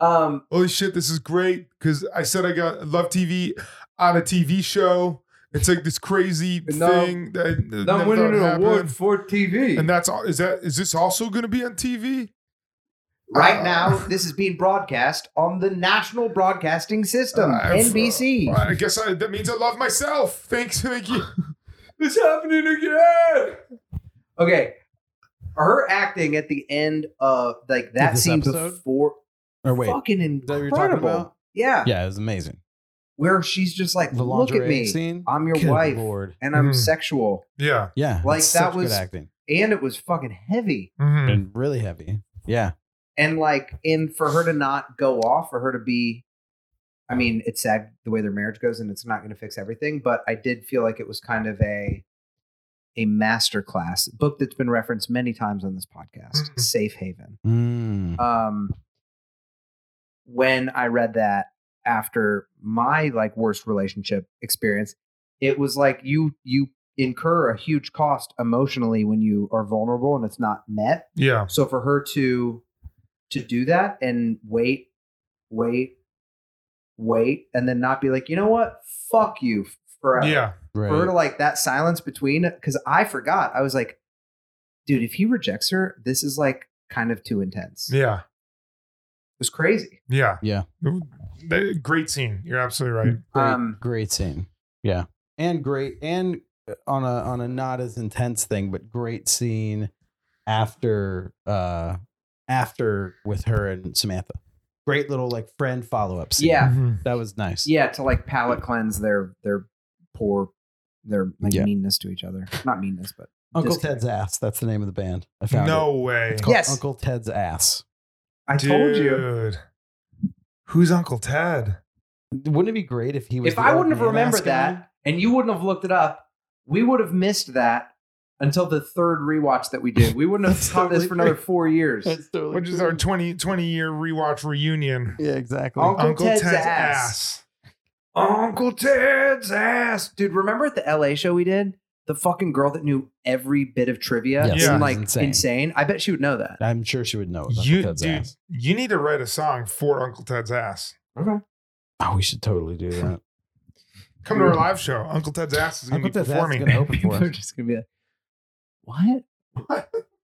Speaker 6: um,
Speaker 7: Holy shit, this is great because I said I got love TV on a TV show. It's like this crazy
Speaker 6: No.
Speaker 7: thing that I never
Speaker 6: I'm winning
Speaker 7: thought
Speaker 6: an
Speaker 7: happened.
Speaker 6: award for TV.
Speaker 7: And that's all. Is that is this also going to be on TV?
Speaker 6: Right
Speaker 7: Uh,
Speaker 6: now, this is being broadcast on the national broadcasting system,
Speaker 7: Uh,
Speaker 6: NBC.
Speaker 7: Well, I guess I, that means I love myself. Thanks, thank you. it's happening again.
Speaker 6: Okay. Her acting at the end of like that
Speaker 5: this
Speaker 6: scene
Speaker 5: episode?
Speaker 6: before
Speaker 5: Or wait,
Speaker 6: fucking
Speaker 5: is that what you're talking
Speaker 6: incredible.
Speaker 5: about?
Speaker 6: Yeah.
Speaker 5: Yeah, it was amazing.
Speaker 6: Where she's just like,
Speaker 5: The
Speaker 6: look at
Speaker 5: lingerie
Speaker 6: me.
Speaker 5: scene. Mm-hmm.
Speaker 6: I'm your
Speaker 5: Good
Speaker 6: wife
Speaker 5: Lord.
Speaker 6: and I'm
Speaker 7: Mhm.
Speaker 6: sexual.
Speaker 7: Yeah.
Speaker 5: Yeah,
Speaker 6: Like,
Speaker 5: it's
Speaker 6: that
Speaker 5: such
Speaker 6: was-
Speaker 5: good acting
Speaker 6: And it was fucking heavy.
Speaker 7: Mhm.
Speaker 5: and really heavy. Yeah,
Speaker 6: And like, and for her to not go off, for her to be, I mean, it's sad the way their marriage goes and it's not going to fix everything, but I did feel like it was kind of a, a masterclass a book that's been referenced many times on this podcast,
Speaker 7: Mhm.
Speaker 6: Safe Haven.
Speaker 5: Mm.
Speaker 6: um when i read that after my like worst relationship experience it was like you you incur a huge cost emotionally when you are vulnerable and it's not met
Speaker 7: Yeah.
Speaker 6: so for her to to do that and wait wait wait and then not be like you know what fuck you forever
Speaker 7: Yeah.
Speaker 5: right.
Speaker 6: for her to like that silence between because i forgot i was like dude if he rejects her this is like kind of too intense
Speaker 7: Yeah.
Speaker 6: it was crazy.
Speaker 7: Yeah.
Speaker 5: Yeah.
Speaker 7: That- Great scene. You're absolutely right.
Speaker 5: Great,
Speaker 6: Um,
Speaker 5: great scene. Yeah, and great and uh, on a on a not as intense thing, but great scene after uh after with her and Samantha. Great little like friend follow up scene.
Speaker 6: Yeah.
Speaker 7: Mhm.
Speaker 5: that was nice.
Speaker 6: Yeah, to like palate cleanse their their poor their like
Speaker 5: Yeah.
Speaker 6: meanness to each other. Not meanness, but
Speaker 5: Uncle
Speaker 6: disconnect.
Speaker 5: Ted's ass. That's the name of the band. I found it.
Speaker 7: No way.
Speaker 5: It's called
Speaker 6: Yes.
Speaker 5: Uncle Ted's ass.
Speaker 6: I told you.
Speaker 7: Dude. Who's Uncle Ted?
Speaker 5: Wouldn't it be great if he was?
Speaker 6: If
Speaker 5: the
Speaker 6: I
Speaker 5: old
Speaker 6: wouldn't have
Speaker 5: man-ass
Speaker 6: remembered
Speaker 5: guy?
Speaker 6: that and you wouldn't have looked it up, we would have missed that until the third rewatch that we did. We wouldn't have
Speaker 5: That's
Speaker 6: taught this
Speaker 5: totally
Speaker 6: for another
Speaker 5: true.
Speaker 6: four years.
Speaker 5: That's totally
Speaker 7: Which is our
Speaker 5: true.
Speaker 7: 20, 20 year rewatch reunion.
Speaker 5: yeah, exactly.
Speaker 6: Uncle Ted's ass.
Speaker 7: ass.
Speaker 6: Uncle Ted's ass. Dude, remember at the LA show we did? The fucking girl that knew every bit of trivia
Speaker 5: Yes,
Speaker 7: it was
Speaker 6: and like
Speaker 5: insane.
Speaker 6: insane. I bet she would know that.
Speaker 5: I'm sure she would know. About
Speaker 7: You,
Speaker 5: Oh, Uncle Ted's
Speaker 7: dude,
Speaker 5: ass.
Speaker 7: you need to write a song for Uncle Ted's ass.
Speaker 5: Oh, we should totally do that.
Speaker 7: Come to our live show. Uncle Ted's ass is going to
Speaker 5: Uncle
Speaker 7: be
Speaker 5: Ted's ass is
Speaker 7: performing.
Speaker 5: going to open for
Speaker 6: People are
Speaker 5: us.
Speaker 6: just gonna be like, "What?" Uh-huh.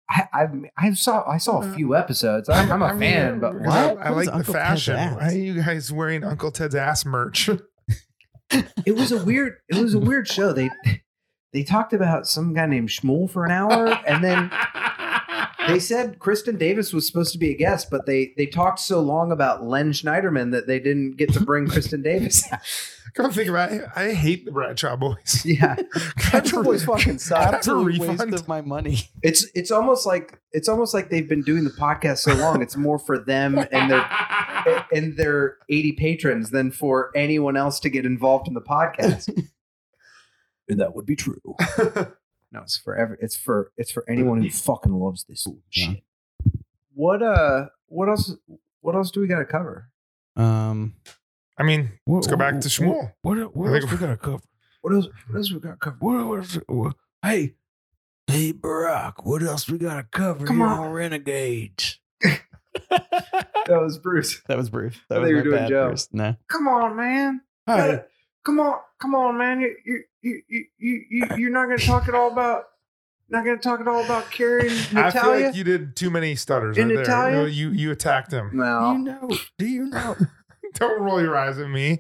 Speaker 6: I, I I saw I saw a few episodes. I'm, I'm a
Speaker 7: I mean,
Speaker 6: fan, but
Speaker 7: because I,
Speaker 6: what?
Speaker 5: What
Speaker 7: I
Speaker 5: is
Speaker 7: like the
Speaker 5: Uncle Ted's
Speaker 7: fashion.
Speaker 5: ass?
Speaker 7: Why are you guys wearing Uncle Ted's ass merch?
Speaker 6: It was a weird it was a weird show. They they talked about some guy named Schmuel for an hour, and then they said Kristen Davis was supposed to be a guest, but they they talked so long about Len Schneiderman that they didn't get to bring Kristen Davis.
Speaker 7: Come on, think about it. I hate the Bradshaw boys.
Speaker 6: yeah,
Speaker 7: Can
Speaker 6: Bradshaw boys fucking suck.
Speaker 7: Can I have a
Speaker 5: Absolute waste
Speaker 7: refund?
Speaker 5: of my money.
Speaker 6: it's it's almost like it's almost like they've been doing the podcast so long. It's more for them and their and their 80 patrons than for anyone else to get involved in the podcast. and that would be true. No, it's for every, it's for it's for anyone who fucking loves this shit. What uh what else what else do we got to cover?
Speaker 5: Um,
Speaker 7: I mean, let's go back to Shmuel.
Speaker 8: What,
Speaker 7: I
Speaker 8: what
Speaker 7: think-
Speaker 8: else we gotta cover?
Speaker 6: What else what else we got to cover?
Speaker 8: What, what, what, hey, hey, Barack, what else we gotta cover?
Speaker 6: Come
Speaker 8: here
Speaker 6: on.
Speaker 8: renegades.
Speaker 6: That was Bruce.
Speaker 5: that was Bruce.
Speaker 6: I
Speaker 5: That
Speaker 6: thought
Speaker 5: was
Speaker 6: you
Speaker 5: my
Speaker 6: were doing
Speaker 5: bad,
Speaker 6: Joe.
Speaker 5: Bruce. Nah.
Speaker 6: Come on, man.
Speaker 8: Hey,
Speaker 6: Come on, come on, man. You you you you you, you you're not going to talk at all about not going to talk at all about Carrie and
Speaker 7: I feel
Speaker 6: Natalia.
Speaker 7: like you did too many stutters
Speaker 6: In
Speaker 7: right there.
Speaker 6: Italian?
Speaker 7: You you attacked him.
Speaker 8: do you
Speaker 6: no.
Speaker 8: know? Do you know?
Speaker 7: Don't roll your eyes at me.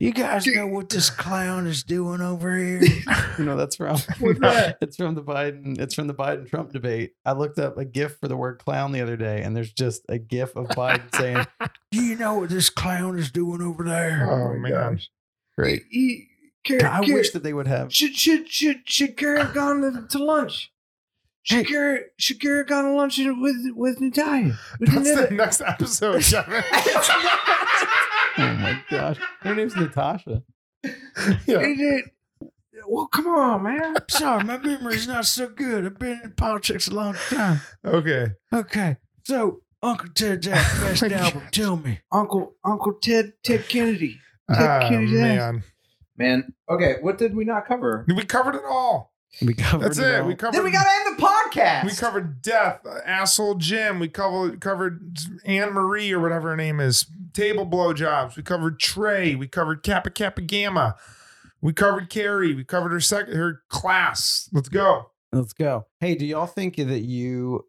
Speaker 8: You guys know what this clown is doing over here?
Speaker 5: You know that's from.
Speaker 7: What's that?
Speaker 5: It's from the Biden. It's from the Biden Trump debate. I looked up a GIF for the word clown the other day, and there's just a GIF of Biden saying,
Speaker 8: Do you know what this clown is doing over there?
Speaker 7: Oh, man.
Speaker 5: "Great."
Speaker 6: He- Carrie-
Speaker 5: I
Speaker 6: Carrie-
Speaker 5: wish that they would have.
Speaker 6: Should should should should Carrie have gone to, to lunch? Should Carrie should Carrie have gone to lunch with with Natalia? With
Speaker 7: That's
Speaker 6: Natalia?
Speaker 7: the next episode, Kevin.
Speaker 5: Oh my gosh, her name's Natasha.
Speaker 7: yeah.
Speaker 6: It- it- well, come on, man.
Speaker 8: I'm sorry, my memory's not so good. I've been in politics a long time.
Speaker 7: Okay.
Speaker 8: Okay, so Uncle Ted's ass best album. Tell me.
Speaker 6: Uncle Uncle Ted Ted Kennedy. Ted
Speaker 7: Ah,
Speaker 6: Kennedy's ass.
Speaker 7: man.
Speaker 6: Man, okay, what did we not cover?
Speaker 7: We covered it all.
Speaker 5: We covered
Speaker 7: That's it. We covered
Speaker 6: Then we gotta end the podcast.
Speaker 7: we covered death, uh, asshole Jim. We covered covered Anne Marie or whatever her name is. Table blowjobs. We covered Trey. We covered Kappa Kappa Gamma. We covered Carrie. We covered her sec- her class. Let's go.
Speaker 5: Let's go. Hey, do y'all think that you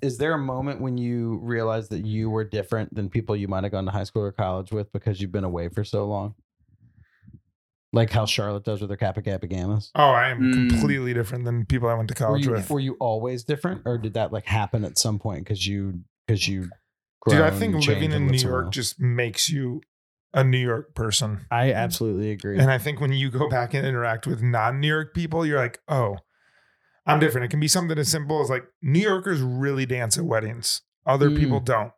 Speaker 5: is there a moment when you realize that you were different than people you might have gone to high school or college with because you've been away for so long? Like how Charlotte does with her Kappa Kappa Gammas?
Speaker 7: Oh, I am
Speaker 6: Mm.
Speaker 7: completely different than people I went to
Speaker 5: Were
Speaker 7: college
Speaker 5: you,
Speaker 7: with.
Speaker 5: were you always different, or did that like happen at some point because you because you?
Speaker 7: Dude, I
Speaker 5: grown
Speaker 7: think
Speaker 5: and
Speaker 7: living
Speaker 5: changed
Speaker 7: in
Speaker 5: and
Speaker 7: New
Speaker 5: what's
Speaker 7: York
Speaker 5: around?
Speaker 7: just makes you a New York person.
Speaker 5: I absolutely agree.
Speaker 7: And I think when you go back and interact with non New York people, you're like, oh, I'm different. It can be something as simple as like New Yorkers really dance at weddings, other
Speaker 5: Mm.
Speaker 7: people don't.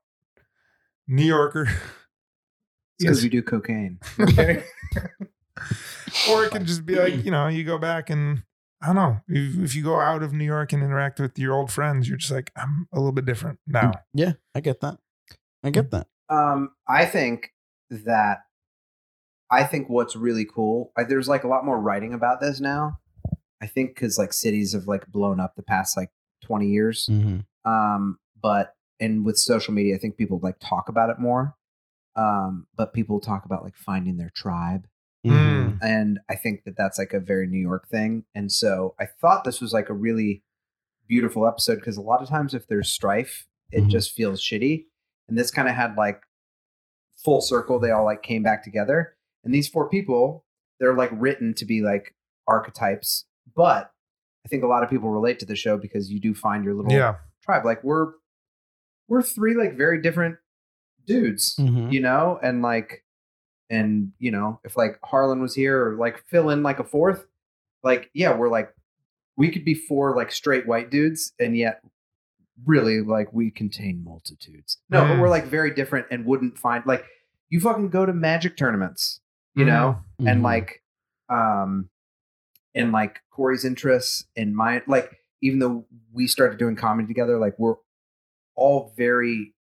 Speaker 7: New Yorker.
Speaker 6: because we do cocaine.
Speaker 7: Okay. or it can just be like, you know, you go back and I don't know. If, if you go out of New York and interact with your old friends, you're just like, I'm a little bit different now.
Speaker 5: Mm. yeah, I get that. I
Speaker 7: Mm.
Speaker 5: get that.
Speaker 6: Um, I think that I think what's really cool. I, there's like a lot more writing about this now. I think because like cities have like blown up the past like 20 years.
Speaker 5: Mm-hmm.
Speaker 6: Um, but and with social media, I think people like talk about it more. Um, but people talk about like finding their tribe
Speaker 5: Mm-hmm.
Speaker 7: Mm.
Speaker 6: and I think that that's like a very New York thing. And so I thought this was like a really beautiful episode because a lot of times if there's strife, it
Speaker 5: Mhm.
Speaker 6: just feels shitty. And this kind of had like full circle. They all like came back together. And these four people, they're like written to be like archetypes, but I think a lot of people relate to the show because you do find your little
Speaker 7: Yeah.
Speaker 6: tribe. Like we're we're three like very different dudes
Speaker 5: Mhm.
Speaker 6: you know, and like, and you know, if like Harlan was here or like fill in like a fourth, like, yeah, we're like, we could be four like straight white dudes, and yet really like we contain multitudes. No, but
Speaker 7: Mm.
Speaker 6: we're like very different and wouldn't find like you fucking go to magic tournaments, you
Speaker 7: Mm.
Speaker 6: know, and
Speaker 5: Mhm.
Speaker 6: like, um, and like Corey's interests and my like, even though we started doing comedy together, like we're all very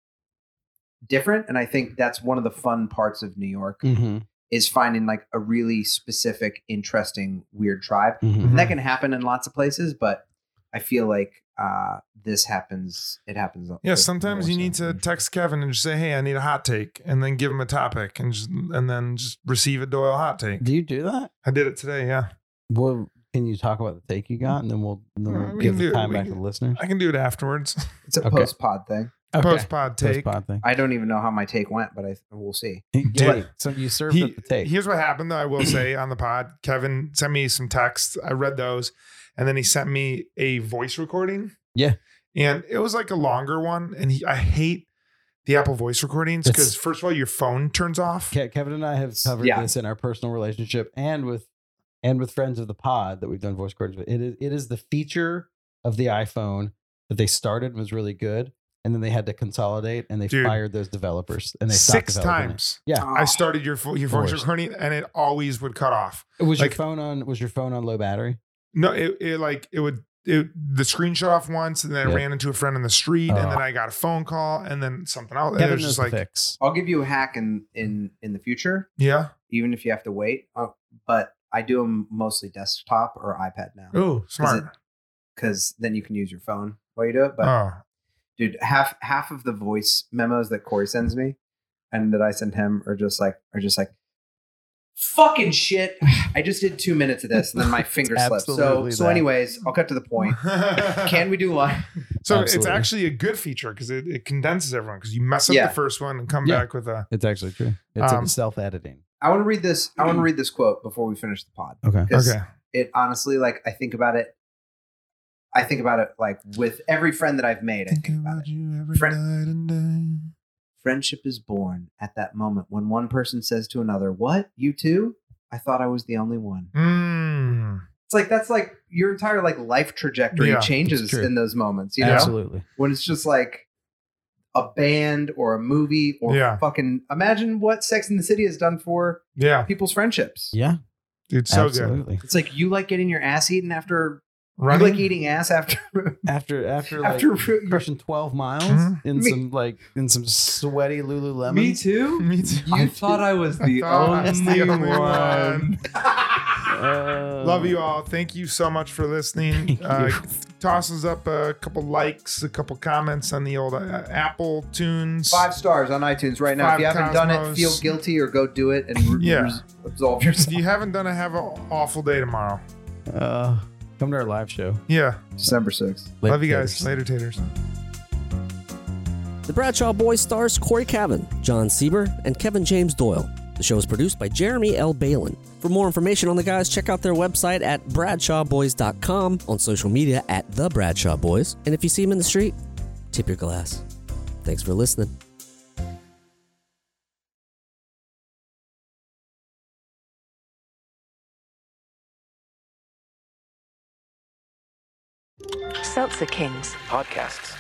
Speaker 6: different and i think that's one of the fun parts of new york
Speaker 7: Mm.
Speaker 5: Mhm.
Speaker 6: is finding like a really specific interesting weird tribe
Speaker 5: Mhm.
Speaker 7: Mm-hmm.
Speaker 6: and that can happen in lots of places but i feel like uh this happens it happens
Speaker 7: Yeah, sometimes you need to text Kevin and just say, "Hey, I need a hot take," and then give him a topic, and just, and then just receive a Doyle hot take.
Speaker 5: Do you do that?
Speaker 7: I did it today. Yeah,
Speaker 5: Well, can you talk about the take you got, and then we'll, and then
Speaker 7: Uh,
Speaker 5: we'll
Speaker 7: we
Speaker 5: give
Speaker 7: can
Speaker 5: the
Speaker 7: do-
Speaker 5: time
Speaker 7: we
Speaker 5: back to
Speaker 7: can-
Speaker 5: the listeners.
Speaker 7: I can do it afterwards.
Speaker 6: it's a
Speaker 5: Okay.
Speaker 6: post pod thing
Speaker 7: Post pod take.
Speaker 5: Post-pod thing.
Speaker 6: i don't even know how my take went but i we'll see
Speaker 5: Yeah,
Speaker 7: Dude.
Speaker 5: wait, so you served
Speaker 7: He-
Speaker 5: up the tape.
Speaker 7: here's what happened, though. I will say on the pod, Kevin sent me some texts. I read those, and then he sent me a voice recording.
Speaker 5: Yeah.
Speaker 7: and it was like a longer one, and he, I hate the Apple voice recordings
Speaker 5: It's-
Speaker 7: because first of all, your phone turns off.
Speaker 5: Ke- Kevin and I have covered
Speaker 6: Yeah.
Speaker 5: this in our personal relationship and with and with friends of the pod that we've done voice recordings with. It is it is the feature of the iPhone that they started was really good, and then they had to consolidate and they
Speaker 7: Dude.
Speaker 5: fired those developers and they stopped
Speaker 7: Six
Speaker 5: developing it.
Speaker 7: times
Speaker 5: Yeah,
Speaker 6: Oh,
Speaker 7: I started your vo- your voice
Speaker 5: Worst.
Speaker 7: recording, and it always would cut off.
Speaker 5: was
Speaker 7: Uh, Like-
Speaker 5: your phone on? Was your phone on low battery?
Speaker 7: No, it, it like it would it the screen shut off once, and then I
Speaker 5: Yeah.
Speaker 7: ran into a friend in the street, and
Speaker 5: Oh.
Speaker 7: then I got a phone call, and then something else. and it
Speaker 5: Kevin
Speaker 7: was
Speaker 5: knows
Speaker 7: just
Speaker 5: the
Speaker 7: like,
Speaker 5: fix.
Speaker 6: i'll give you a hack in in in the future
Speaker 7: yeah,
Speaker 6: even if you have to wait uh, but i do them mostly desktop or ipad now
Speaker 7: oh, smart.
Speaker 6: because then you can use your phone while you do it but
Speaker 7: oh,
Speaker 6: dude half half of the voice memos that corey sends me and that i send him are just like are just like fucking shit i just did two minutes of this and then my finger slipped so
Speaker 5: absolutely
Speaker 6: so
Speaker 5: that.
Speaker 6: anyways i'll cut to the point can we do live
Speaker 7: so it's
Speaker 5: Absolutely.
Speaker 7: actually a good feature because it, it condenses everyone because you mess up
Speaker 6: Yeah.
Speaker 7: the first one and come
Speaker 5: Yeah.
Speaker 7: back with a
Speaker 5: It's actually true. It's
Speaker 7: Um,
Speaker 5: self editing.
Speaker 6: i want to read this i want to read this quote before we finish the pod
Speaker 5: Mm. Okay.
Speaker 6: 'Cause
Speaker 7: okay.
Speaker 6: it honestly like i think about it i think about it like with every friend that i've made i think about it
Speaker 7: you
Speaker 6: Friend-
Speaker 7: night and day.
Speaker 6: Friendship is born at that moment when one person says to another, What? You too? I thought I was the only one.
Speaker 7: Mm.
Speaker 6: It's like that's like your entire like life trajectory
Speaker 7: Yeah,
Speaker 6: changes
Speaker 5: it's true.
Speaker 6: in those moments, you know?
Speaker 5: Absolutely.
Speaker 6: When it's just like a band or a movie or
Speaker 7: Yeah.
Speaker 6: fucking imagine what Sex in the City has done for
Speaker 7: Yeah,
Speaker 6: people's friendships.
Speaker 5: Yeah.
Speaker 7: dude, so good.
Speaker 5: absolutely.
Speaker 6: It's like you like getting your ass eaten after
Speaker 7: Running.
Speaker 6: you like eating ass after
Speaker 5: After after like,
Speaker 6: after your
Speaker 5: crushing twelve miles
Speaker 7: Mhm.
Speaker 5: in
Speaker 6: Me-
Speaker 5: some like in some sweaty Lululemon.
Speaker 6: too?
Speaker 7: Me too.
Speaker 6: I thought I was the
Speaker 7: thought I was
Speaker 6: only,
Speaker 7: the only
Speaker 6: one.
Speaker 7: one.
Speaker 5: Uh,
Speaker 7: Love you all. Thank you so much for listening. Uh, toss us up a couple likes, a couple comments on the old uh, Apple tunes.
Speaker 6: Five stars on iTunes right now.
Speaker 7: Five
Speaker 6: if you haven't done it,
Speaker 7: cosmos.
Speaker 6: feel guilty or go do it and re-
Speaker 7: Yeah.
Speaker 6: res- absolve
Speaker 7: If
Speaker 6: yourself.
Speaker 7: you haven't done it, have an awful day tomorrow.
Speaker 5: Uh, come to our live show.
Speaker 7: Yeah.
Speaker 6: December 6th.
Speaker 7: Love you guys. Later, taters.
Speaker 8: The Bradshaw Boys stars Corey Cavan, John Sieber, and Kevin James Doyle. The show is produced by Jeremy L. Balin. For more information on the guys, check out their website at bradshawboys.com, on social media at The Bradshaw Boys, and if you see them in the street, tip your glass. Thanks for listening.
Speaker 10: Seltzer Kings.
Speaker 1: Podcasts.